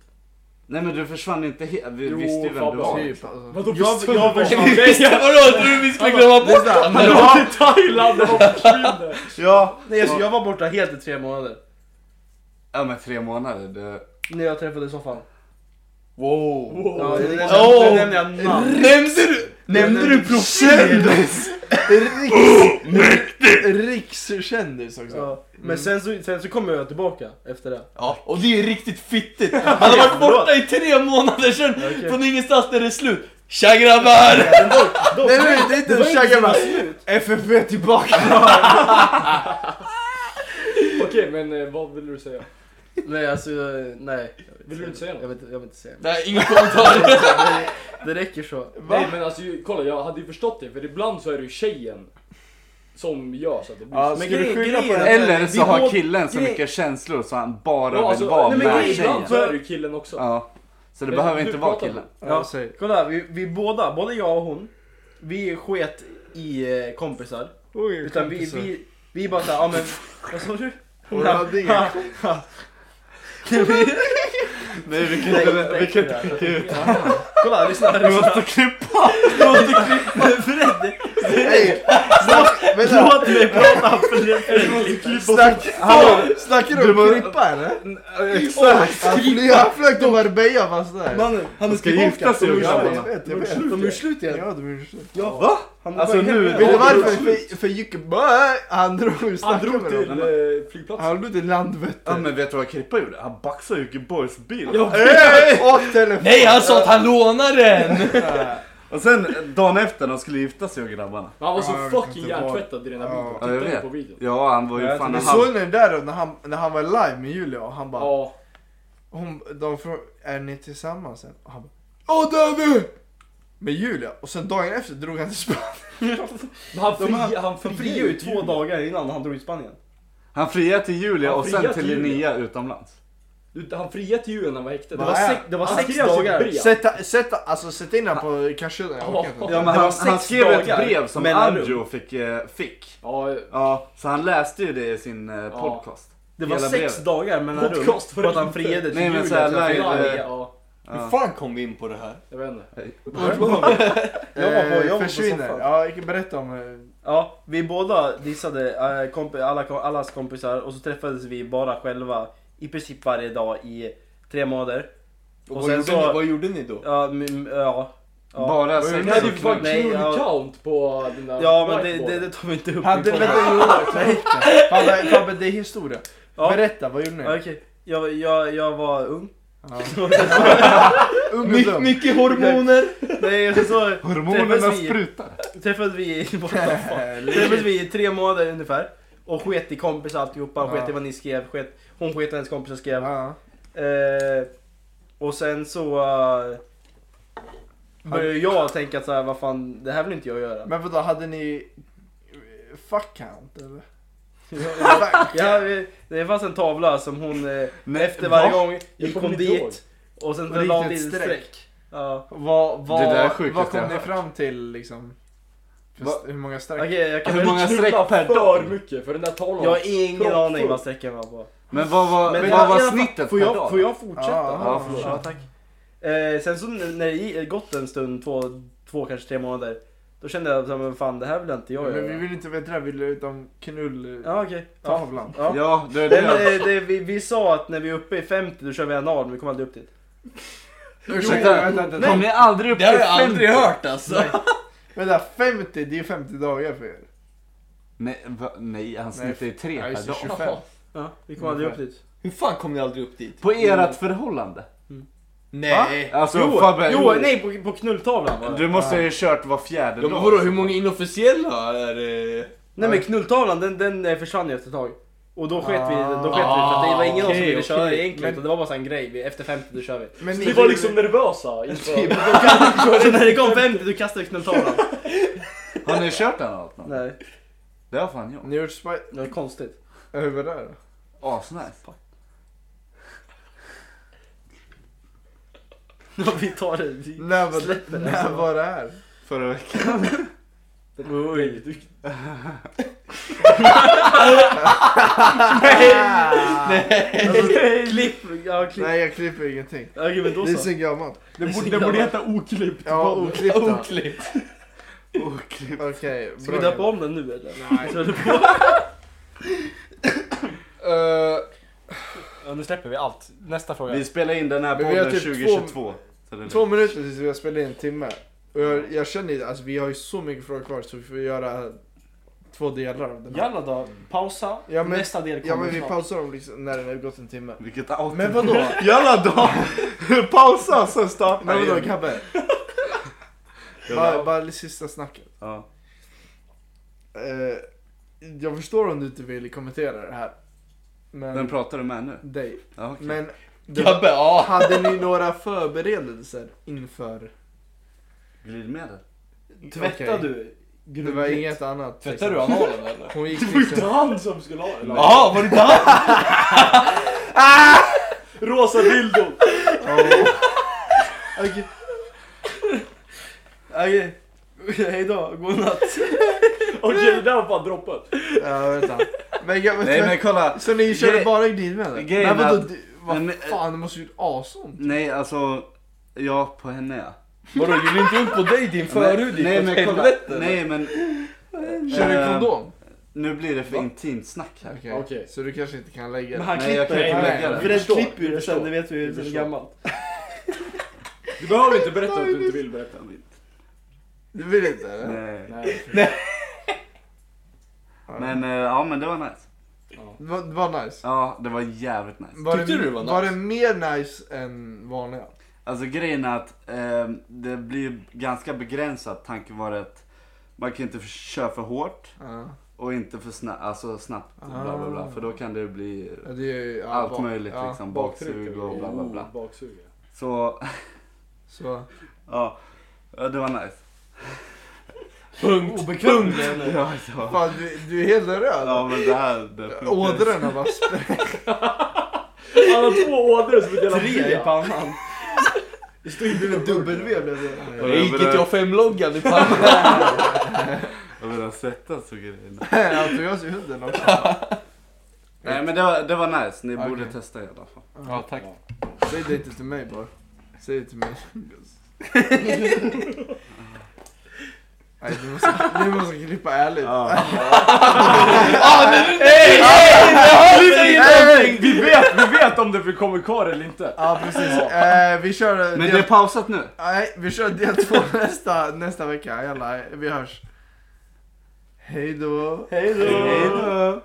Speaker 6: Nej men du försvann inte helt, vi
Speaker 5: Jo,
Speaker 6: visste ju vem
Speaker 5: fan,
Speaker 6: du var.
Speaker 1: Typ alltså.
Speaker 5: Vadå
Speaker 3: Jag-
Speaker 5: försvann?
Speaker 3: jag försvann.
Speaker 4: Vadå trodde du vi skulle glömma bort?
Speaker 1: Lyssna,
Speaker 5: Han var till Thailand och försvinner.
Speaker 6: Ja.
Speaker 3: Nej, alltså, jag var borta helt i tre månader.
Speaker 6: Ja men tre månader, det...
Speaker 3: När jag träffade soffan.
Speaker 1: Wow.
Speaker 3: Ja, det, det,
Speaker 1: Oh.
Speaker 3: det nämnde jag namn.
Speaker 1: Nämnde du? Nämnde du profilkändis? Riks... Rikskändis också.
Speaker 3: Ja. Mm. Men sen så, sen så kom jag tillbaka efter det.
Speaker 4: Ja, och det är ju riktigt fittigt. Han har varit borta i tre månader sedan. Från ingenstans när det är slut. Tja grabbar!
Speaker 1: Nej nej, det är inte en tjagga bara. FFV är tillbaka.
Speaker 5: Okej, men eh, vad vill du säga?
Speaker 3: Nej alltså, eh, nej. Jag
Speaker 5: Vill du inte säga något?
Speaker 3: Jag vill, inte- jag vill inte säga något.
Speaker 4: Nej, ingen kommentar.
Speaker 3: Det räcker så.
Speaker 5: Nej men alltså ju- kolla jag hade ju förstått det för ibland så är det ju tjejen som gör så att det blir
Speaker 1: Ja,
Speaker 5: så.
Speaker 1: ska
Speaker 3: Men
Speaker 1: du
Speaker 3: grej-
Speaker 1: skylla på
Speaker 3: grejen-
Speaker 1: det?
Speaker 6: Eller
Speaker 3: vi
Speaker 6: så har
Speaker 3: må-
Speaker 6: killen så
Speaker 3: grej-
Speaker 6: mycket känslor så han bara
Speaker 5: Ja, alltså,
Speaker 6: vill vara
Speaker 5: nej, men
Speaker 6: med
Speaker 5: grejen-
Speaker 6: tjejen.
Speaker 5: Ibland så är det ju killen också.
Speaker 6: Ja. Så det
Speaker 5: Men
Speaker 6: behöver
Speaker 5: du
Speaker 6: inte vara
Speaker 5: pratar-
Speaker 6: killen.
Speaker 1: Ja, säg.
Speaker 3: Kolla här, vi, vi båda, både jag och hon, vi sket i eh, kompisar.
Speaker 1: Oj,
Speaker 3: Utan vi,
Speaker 1: kompisar.
Speaker 3: vi, vi bara såhär, ja men vad sa du?
Speaker 1: Och jag hade inga
Speaker 6: Nej vi
Speaker 3: Nej, nej, nej. Kolla, lyssna.
Speaker 6: Vi
Speaker 3: lyssna.
Speaker 6: måste klippa!
Speaker 3: Fred,
Speaker 1: Nej! Snack, vänta,
Speaker 3: låt mig prata för det.
Speaker 1: snack, hallå, snackar du om klippa eller?
Speaker 6: Exakt!
Speaker 1: Han flög- Han flög till Marbella fast där.
Speaker 3: Mannen, han är
Speaker 6: ska
Speaker 3: tillbaka.
Speaker 6: gifta sig
Speaker 3: De
Speaker 6: och
Speaker 3: är slut.
Speaker 6: grabbarna.
Speaker 1: Jag vet, jag vet.
Speaker 3: De är slut igen.
Speaker 1: Ja, de är så-
Speaker 3: Ja. Va? Han är
Speaker 6: Alltså,
Speaker 3: på väg hem
Speaker 6: nu-
Speaker 3: igen.
Speaker 1: Vet du
Speaker 6: Ja,
Speaker 1: varför? För, för Jyckebö, han drog och
Speaker 5: Han
Speaker 1: snackade
Speaker 5: drog
Speaker 1: med
Speaker 5: till
Speaker 1: dem.
Speaker 5: eh, flygplatsen.
Speaker 1: Han drog till Landvetter.
Speaker 6: Ja
Speaker 3: Typ.
Speaker 6: men vet du vad Krippa gjorde? Han baxade Jocke Borgs bil.
Speaker 1: Hey! Och telefon.
Speaker 4: Nej, han sa att han lånar den.
Speaker 6: Och sen dagen efter de skulle gifta sig och grabbarna.
Speaker 5: Men han var
Speaker 1: Ja, jag
Speaker 5: så
Speaker 1: vet
Speaker 5: fucking
Speaker 1: inte vad-
Speaker 5: hjärntvättad i den här
Speaker 1: Ja.
Speaker 5: videon.
Speaker 6: Ja, jag
Speaker 5: Titta
Speaker 6: vet.
Speaker 5: på videon.
Speaker 6: Ja han var ju
Speaker 3: Ja,
Speaker 6: fan
Speaker 1: Men
Speaker 6: han...
Speaker 1: såg ni den där då, när han, när han var live med Julia och han bara
Speaker 5: Ja.
Speaker 1: hon, De frågade är ni tillsammans än? Och han bara Ja det är vi! Med Julia och sen dagen efter drog han till Spanien.
Speaker 5: Men han,
Speaker 3: De,
Speaker 5: fri, han
Speaker 3: de
Speaker 5: friar
Speaker 3: friade ju
Speaker 5: ju
Speaker 3: två dagar innan han drog ut Spanien.
Speaker 6: Han friar till Julia
Speaker 5: Han
Speaker 6: och sen
Speaker 5: friar
Speaker 6: till
Speaker 5: till Julia.
Speaker 6: Linnea utomlands.
Speaker 5: Du, Han friade till julen när han var häktad.
Speaker 3: Det var, sex, det var
Speaker 5: Han
Speaker 3: sex
Speaker 5: skrev sitt
Speaker 3: dagar.
Speaker 5: brev.
Speaker 1: Sätta, sätta, alltså sätt in den på cashen. Jag orkar inte.
Speaker 3: Ja, men
Speaker 6: Han,
Speaker 3: han,
Speaker 6: han,
Speaker 3: sex
Speaker 6: skrev
Speaker 3: dagar
Speaker 6: ett brev som
Speaker 3: mellan
Speaker 6: Andrew
Speaker 3: rum.
Speaker 6: fick, eh, fick.
Speaker 5: Ja,
Speaker 6: Ja, så han läste ju det i sin eh, podcast.
Speaker 3: Det var
Speaker 6: hela
Speaker 3: sex
Speaker 6: brevet.
Speaker 3: dagar mellan rum.
Speaker 5: Podcast var
Speaker 3: För att
Speaker 5: det
Speaker 3: han
Speaker 5: inte.
Speaker 3: friade till
Speaker 6: Nej, men
Speaker 3: Julia.
Speaker 6: så här,
Speaker 3: så han
Speaker 6: live,
Speaker 3: friade.
Speaker 6: eh,
Speaker 5: ja,
Speaker 4: Hur fan kom vi in på det här?
Speaker 5: jag vet inte.
Speaker 3: Jag var på- jag var på
Speaker 1: Eh, försvinner.
Speaker 3: soffan.
Speaker 1: Ja, berätta om... eh,
Speaker 3: Ja, vi båda dissade eh, komp- alla, allas kompisar och så träffades vi bara själva i princip varje dag i tre månader.
Speaker 4: Och,
Speaker 3: Och
Speaker 4: vad,
Speaker 3: sen
Speaker 4: gjorde
Speaker 3: så-
Speaker 4: ni, vad gjorde ni då?
Speaker 3: Ja, mm, ja. ja.
Speaker 6: Bara
Speaker 5: Ni
Speaker 6: sex
Speaker 5: hade ju
Speaker 6: dagar.
Speaker 5: för fan
Speaker 3: Nej, ja.
Speaker 5: knull count på den där
Speaker 3: Ja men det, det,
Speaker 5: whiteboarden.
Speaker 3: det tar vi inte upp
Speaker 1: Hade,
Speaker 3: i podden.
Speaker 1: vänta, jo, nej. Fabbe, Fabbe, det är historia.
Speaker 3: Ja.
Speaker 1: Berätta, vad gjorde
Speaker 3: Ja,
Speaker 1: ni?
Speaker 3: Okej, jag, jag, jag var ung.
Speaker 1: Ung och
Speaker 4: My,
Speaker 1: dum.
Speaker 4: mycket hormoner!
Speaker 3: Nej, och så
Speaker 6: Hormonerna
Speaker 3: Träffas vi-
Speaker 6: sprutar.
Speaker 3: träffades vi, i- what the
Speaker 1: Eh,
Speaker 3: fuck? träffades vi i tre månader ungefär. Och sket i kompisar alltihopa,
Speaker 1: Ja.
Speaker 3: sket i vad ni skrev, sket, hon sket i vad hennes kompisar skrev.
Speaker 1: Ja.
Speaker 3: Eh, och sen så eh, började jag tänka så här, vad fan, det här vill inte jag göra.
Speaker 1: Men vadå, hade ni... Fuck count eller?
Speaker 3: Jag, eh, det fanns en tavla som hon eh,
Speaker 6: Nej,
Speaker 3: efter varje
Speaker 6: va?
Speaker 3: gång gick
Speaker 5: kommer
Speaker 3: hon
Speaker 5: inte ihåg.
Speaker 3: dit och sen
Speaker 1: Och det gick
Speaker 3: la hon
Speaker 1: ett
Speaker 3: dit ett
Speaker 1: streck.
Speaker 3: streck. Ja.
Speaker 1: Vad, vad,
Speaker 6: Det där är sjukaste
Speaker 1: vad kom
Speaker 6: jag
Speaker 1: ni
Speaker 6: hört.
Speaker 1: fram till liksom? För
Speaker 6: Va?
Speaker 1: st- Hur många streck?
Speaker 3: Okej, jag kan
Speaker 6: Hur många
Speaker 5: Knulla
Speaker 6: streck per
Speaker 5: för
Speaker 6: dag?
Speaker 5: mycket för den där tavlan.
Speaker 3: Jag har ingen
Speaker 5: Kropp
Speaker 3: aning
Speaker 5: full.
Speaker 3: vad strecken var på.
Speaker 6: Men vad var,
Speaker 3: Men
Speaker 6: vad
Speaker 3: jag- i
Speaker 6: var
Speaker 3: alla fall,
Speaker 6: snittet
Speaker 3: Får
Speaker 6: per
Speaker 3: jag,
Speaker 6: dag?
Speaker 3: får jag fortsätta?
Speaker 1: Ja,
Speaker 6: ja, förlåt.
Speaker 3: ja, tack. Eh, sen så n- när det gi- gått en stund, två, två kanske tre månader, då kände jag att fan det här vill inte jag göra.
Speaker 1: Men vi vill inte veta det här, vi vill veta om knulltavlan.
Speaker 3: Ja okej. Ja. Ja.
Speaker 6: Ja, det är
Speaker 3: Nej, men,
Speaker 6: det.
Speaker 3: eh, det, vi, vi sa att när vi är uppe i 50 då kör vi anal, men vi kommer aldrig upp dit.
Speaker 1: Ursäkta, vänta, vänta,
Speaker 6: Kom
Speaker 1: vänta.
Speaker 6: ni aldrig upp
Speaker 4: Det har
Speaker 6: till
Speaker 4: jag aldrig
Speaker 6: 50?
Speaker 4: hört alltså!
Speaker 1: vänta, 50, det är 50 dagar för er.
Speaker 6: Nej, va, nej han snittar ju tre
Speaker 1: Ja,
Speaker 6: per
Speaker 1: just det,
Speaker 6: dag.
Speaker 1: 25.
Speaker 3: Ja, vi kommer aldrig upp dit.
Speaker 4: Hur fan kom ni aldrig upp dit?
Speaker 6: På ert förhållande?
Speaker 4: Nej!
Speaker 6: Alltså
Speaker 3: Jo,
Speaker 6: Fabbe,
Speaker 3: jo nej på, på knulltavlan var det.
Speaker 6: du måste ju ha kört var fjärde
Speaker 4: Ja,
Speaker 6: dag.
Speaker 4: men vadå, hur många inofficiella är eh, det?
Speaker 3: Nej men knulltavlan den, den eh, försvann ju efter ett tag. Och då sket vi i den, då sket vi i den, för att det var ingen som
Speaker 4: okej,
Speaker 3: ville
Speaker 4: okej.
Speaker 3: köra egentligen.
Speaker 1: Men-
Speaker 3: utan Det var bara så här en grej, vi- efter 50 då kör vi.
Speaker 1: Men
Speaker 5: Vi var liksom nervösa
Speaker 1: Typ.
Speaker 5: inför...
Speaker 3: Så när det kom 50 du kastade vi knulltavlan.
Speaker 6: Har ni kört den allt någon?
Speaker 3: Nej,
Speaker 6: Det har fan jag.
Speaker 1: Ni har gjort spy...
Speaker 3: det var konstigt.
Speaker 1: Äh, vad är det?
Speaker 6: Asnice.
Speaker 3: vi tar det. Vi...
Speaker 1: När var
Speaker 3: Släpper
Speaker 1: det,
Speaker 3: det,
Speaker 1: när
Speaker 3: alltså.
Speaker 1: var det här?
Speaker 6: Förra veckan.
Speaker 3: Oj, du... Alltså, Klipp, ja klipp.
Speaker 1: Nej, jag klipper ingenting.
Speaker 3: Okej men då
Speaker 1: Det är
Speaker 3: så.
Speaker 1: så gammalt.
Speaker 5: Det borde, det borde heta oklippt.
Speaker 1: Ja, oklippt.
Speaker 4: Oklippt.
Speaker 1: Oklippt. Okej,
Speaker 3: Ska vi
Speaker 1: bra
Speaker 3: döpa om den nu eller?
Speaker 1: Nej.
Speaker 3: Så håller vi på.
Speaker 1: Eh,
Speaker 5: Ja, nu släpper vi allt. Nästa fråga.
Speaker 6: Vi spelar in den här
Speaker 1: Men vi har
Speaker 6: podden
Speaker 1: typ
Speaker 6: 2022. Så det är
Speaker 1: Två minuter tills vi har spelat in en timme. Och jag, jag känner att alltså, vi har ju så mycket frågor kvar så vi får göra två delar av den här.
Speaker 3: Jalla då, pausa.
Speaker 1: Ja, men-
Speaker 3: Nästa del kommer
Speaker 1: Ja men vi
Speaker 3: snart.
Speaker 1: pausar dem liksom när det har gått en timme.
Speaker 6: Vilket out.
Speaker 1: Men vadå?
Speaker 6: Jalla då! Pausa så startar
Speaker 1: Men vadå
Speaker 6: igen.
Speaker 1: Gabbe? bara, bara det sista snacket.
Speaker 6: Ja.
Speaker 1: Eh, jag förstår om du inte vill kommentera det här. Men...
Speaker 6: Vem pratar du med nu?
Speaker 1: dig.
Speaker 6: Ja, okej.
Speaker 1: Men
Speaker 4: Gabbe, ja!
Speaker 1: hade ni några förberedelser inför?
Speaker 6: Glidmedel?
Speaker 3: Tvättar
Speaker 1: Okej.
Speaker 3: du
Speaker 1: Det var inget annat. liksom.
Speaker 4: Tvättar du analen eller?
Speaker 1: Hon gick
Speaker 5: Det var inte
Speaker 1: liksom...
Speaker 5: han som skulle ha den.
Speaker 4: Jaha, var det där?
Speaker 5: Rosa dildo.
Speaker 3: Okej. Okej. Hejdå, godnatt.
Speaker 5: Okej, det där var fan droppen.
Speaker 1: Ja vänta. Men Gabbe,
Speaker 6: Nej
Speaker 1: tvätt-
Speaker 6: men kolla.
Speaker 1: Så ni körde
Speaker 6: Grej-
Speaker 1: bara glidmedel? Men
Speaker 6: grejen
Speaker 1: vadå?
Speaker 6: är att-
Speaker 1: du- Vad
Speaker 6: men-
Speaker 1: fan, du måste ju gjort asont.
Speaker 6: Nej alltså. Ja på henne ja.
Speaker 4: Vadå, gjorde inte upp på dig din förhud? gick
Speaker 6: nej
Speaker 4: åt
Speaker 6: men kolla.
Speaker 4: helvete, eller?
Speaker 6: Nej men.
Speaker 1: Kör du
Speaker 6: Eh,
Speaker 1: kondom?
Speaker 6: Nu blir det för intimt snack här.
Speaker 1: Okej.
Speaker 5: Okej.
Speaker 1: Så du kanske inte kan lägga
Speaker 3: Men
Speaker 1: det.
Speaker 3: han
Speaker 6: Nej jag
Speaker 3: klipper.
Speaker 6: kan inte
Speaker 1: Nej,
Speaker 6: lägga
Speaker 1: nej.
Speaker 6: den.
Speaker 3: Fred
Speaker 5: förstår,
Speaker 3: klipper ju
Speaker 5: vi
Speaker 3: det sen,
Speaker 5: förstår.
Speaker 3: det vet vi ju
Speaker 5: Vi
Speaker 3: sen
Speaker 5: förstår.
Speaker 3: gammalt.
Speaker 5: Du behöver inte berätta att du inte vill berätta.
Speaker 1: Du vill inte eller?
Speaker 6: Nej.
Speaker 5: Nej.
Speaker 1: Ja.
Speaker 6: Men eh, ja men det var nice.
Speaker 1: Det var, det var nice.
Speaker 6: Ja det var jävligt nice.
Speaker 1: Var
Speaker 4: Tyckte
Speaker 1: det,
Speaker 4: du det var nice?
Speaker 1: Var det mer nice än vanliga?
Speaker 6: Alltså grejen är att eh, det blir ganska begränsat tanken var att man kan inte för, köra för hårt
Speaker 1: Ja.
Speaker 6: och inte för snabbt, alltså snabbt bla bla bla för då kan det bli
Speaker 1: Ja, Det är ju, ja,
Speaker 6: allt
Speaker 1: va-
Speaker 6: möjligt
Speaker 1: ja.
Speaker 6: liksom, baksug och bla bla bla.
Speaker 5: Oh, Baksug. ja.
Speaker 6: Så
Speaker 1: Så.
Speaker 6: ja, ja, det var nice.
Speaker 4: Punkt.
Speaker 1: Obekvämt.
Speaker 6: Ja, ja.
Speaker 1: Fan, du, du är helt röd.
Speaker 6: ja men det här... Det
Speaker 1: Ådrorna bara spräcker
Speaker 5: Han har två ådror som ett jävla
Speaker 1: i
Speaker 5: B.
Speaker 1: pannan. Det stod inte med W blev det.
Speaker 6: Jag
Speaker 4: Gick inte
Speaker 6: börjar-
Speaker 4: jag femloggan i pannan?
Speaker 6: jag börjar svettas och grejer.
Speaker 1: Han tog av sig hunden också.
Speaker 6: Nej men det var, det var nice, ni
Speaker 1: Okej.
Speaker 6: borde testa i alla fall.
Speaker 4: Ja, tack.
Speaker 1: Säg det inte till mig bara. Säg det till mig. Nej, du måste, du måste klippa ärligt.
Speaker 5: Vi vet, vi vet om det kommer kvar eller inte.
Speaker 1: Ja, precis. Eh, vi kör... eh,
Speaker 6: Men
Speaker 1: del-
Speaker 6: det är pausat nu.
Speaker 1: Nej, vi kör del två nästa, nästa vecka. Jalla, vi hörs. Hej då.
Speaker 5: Hej då.
Speaker 6: Hej då.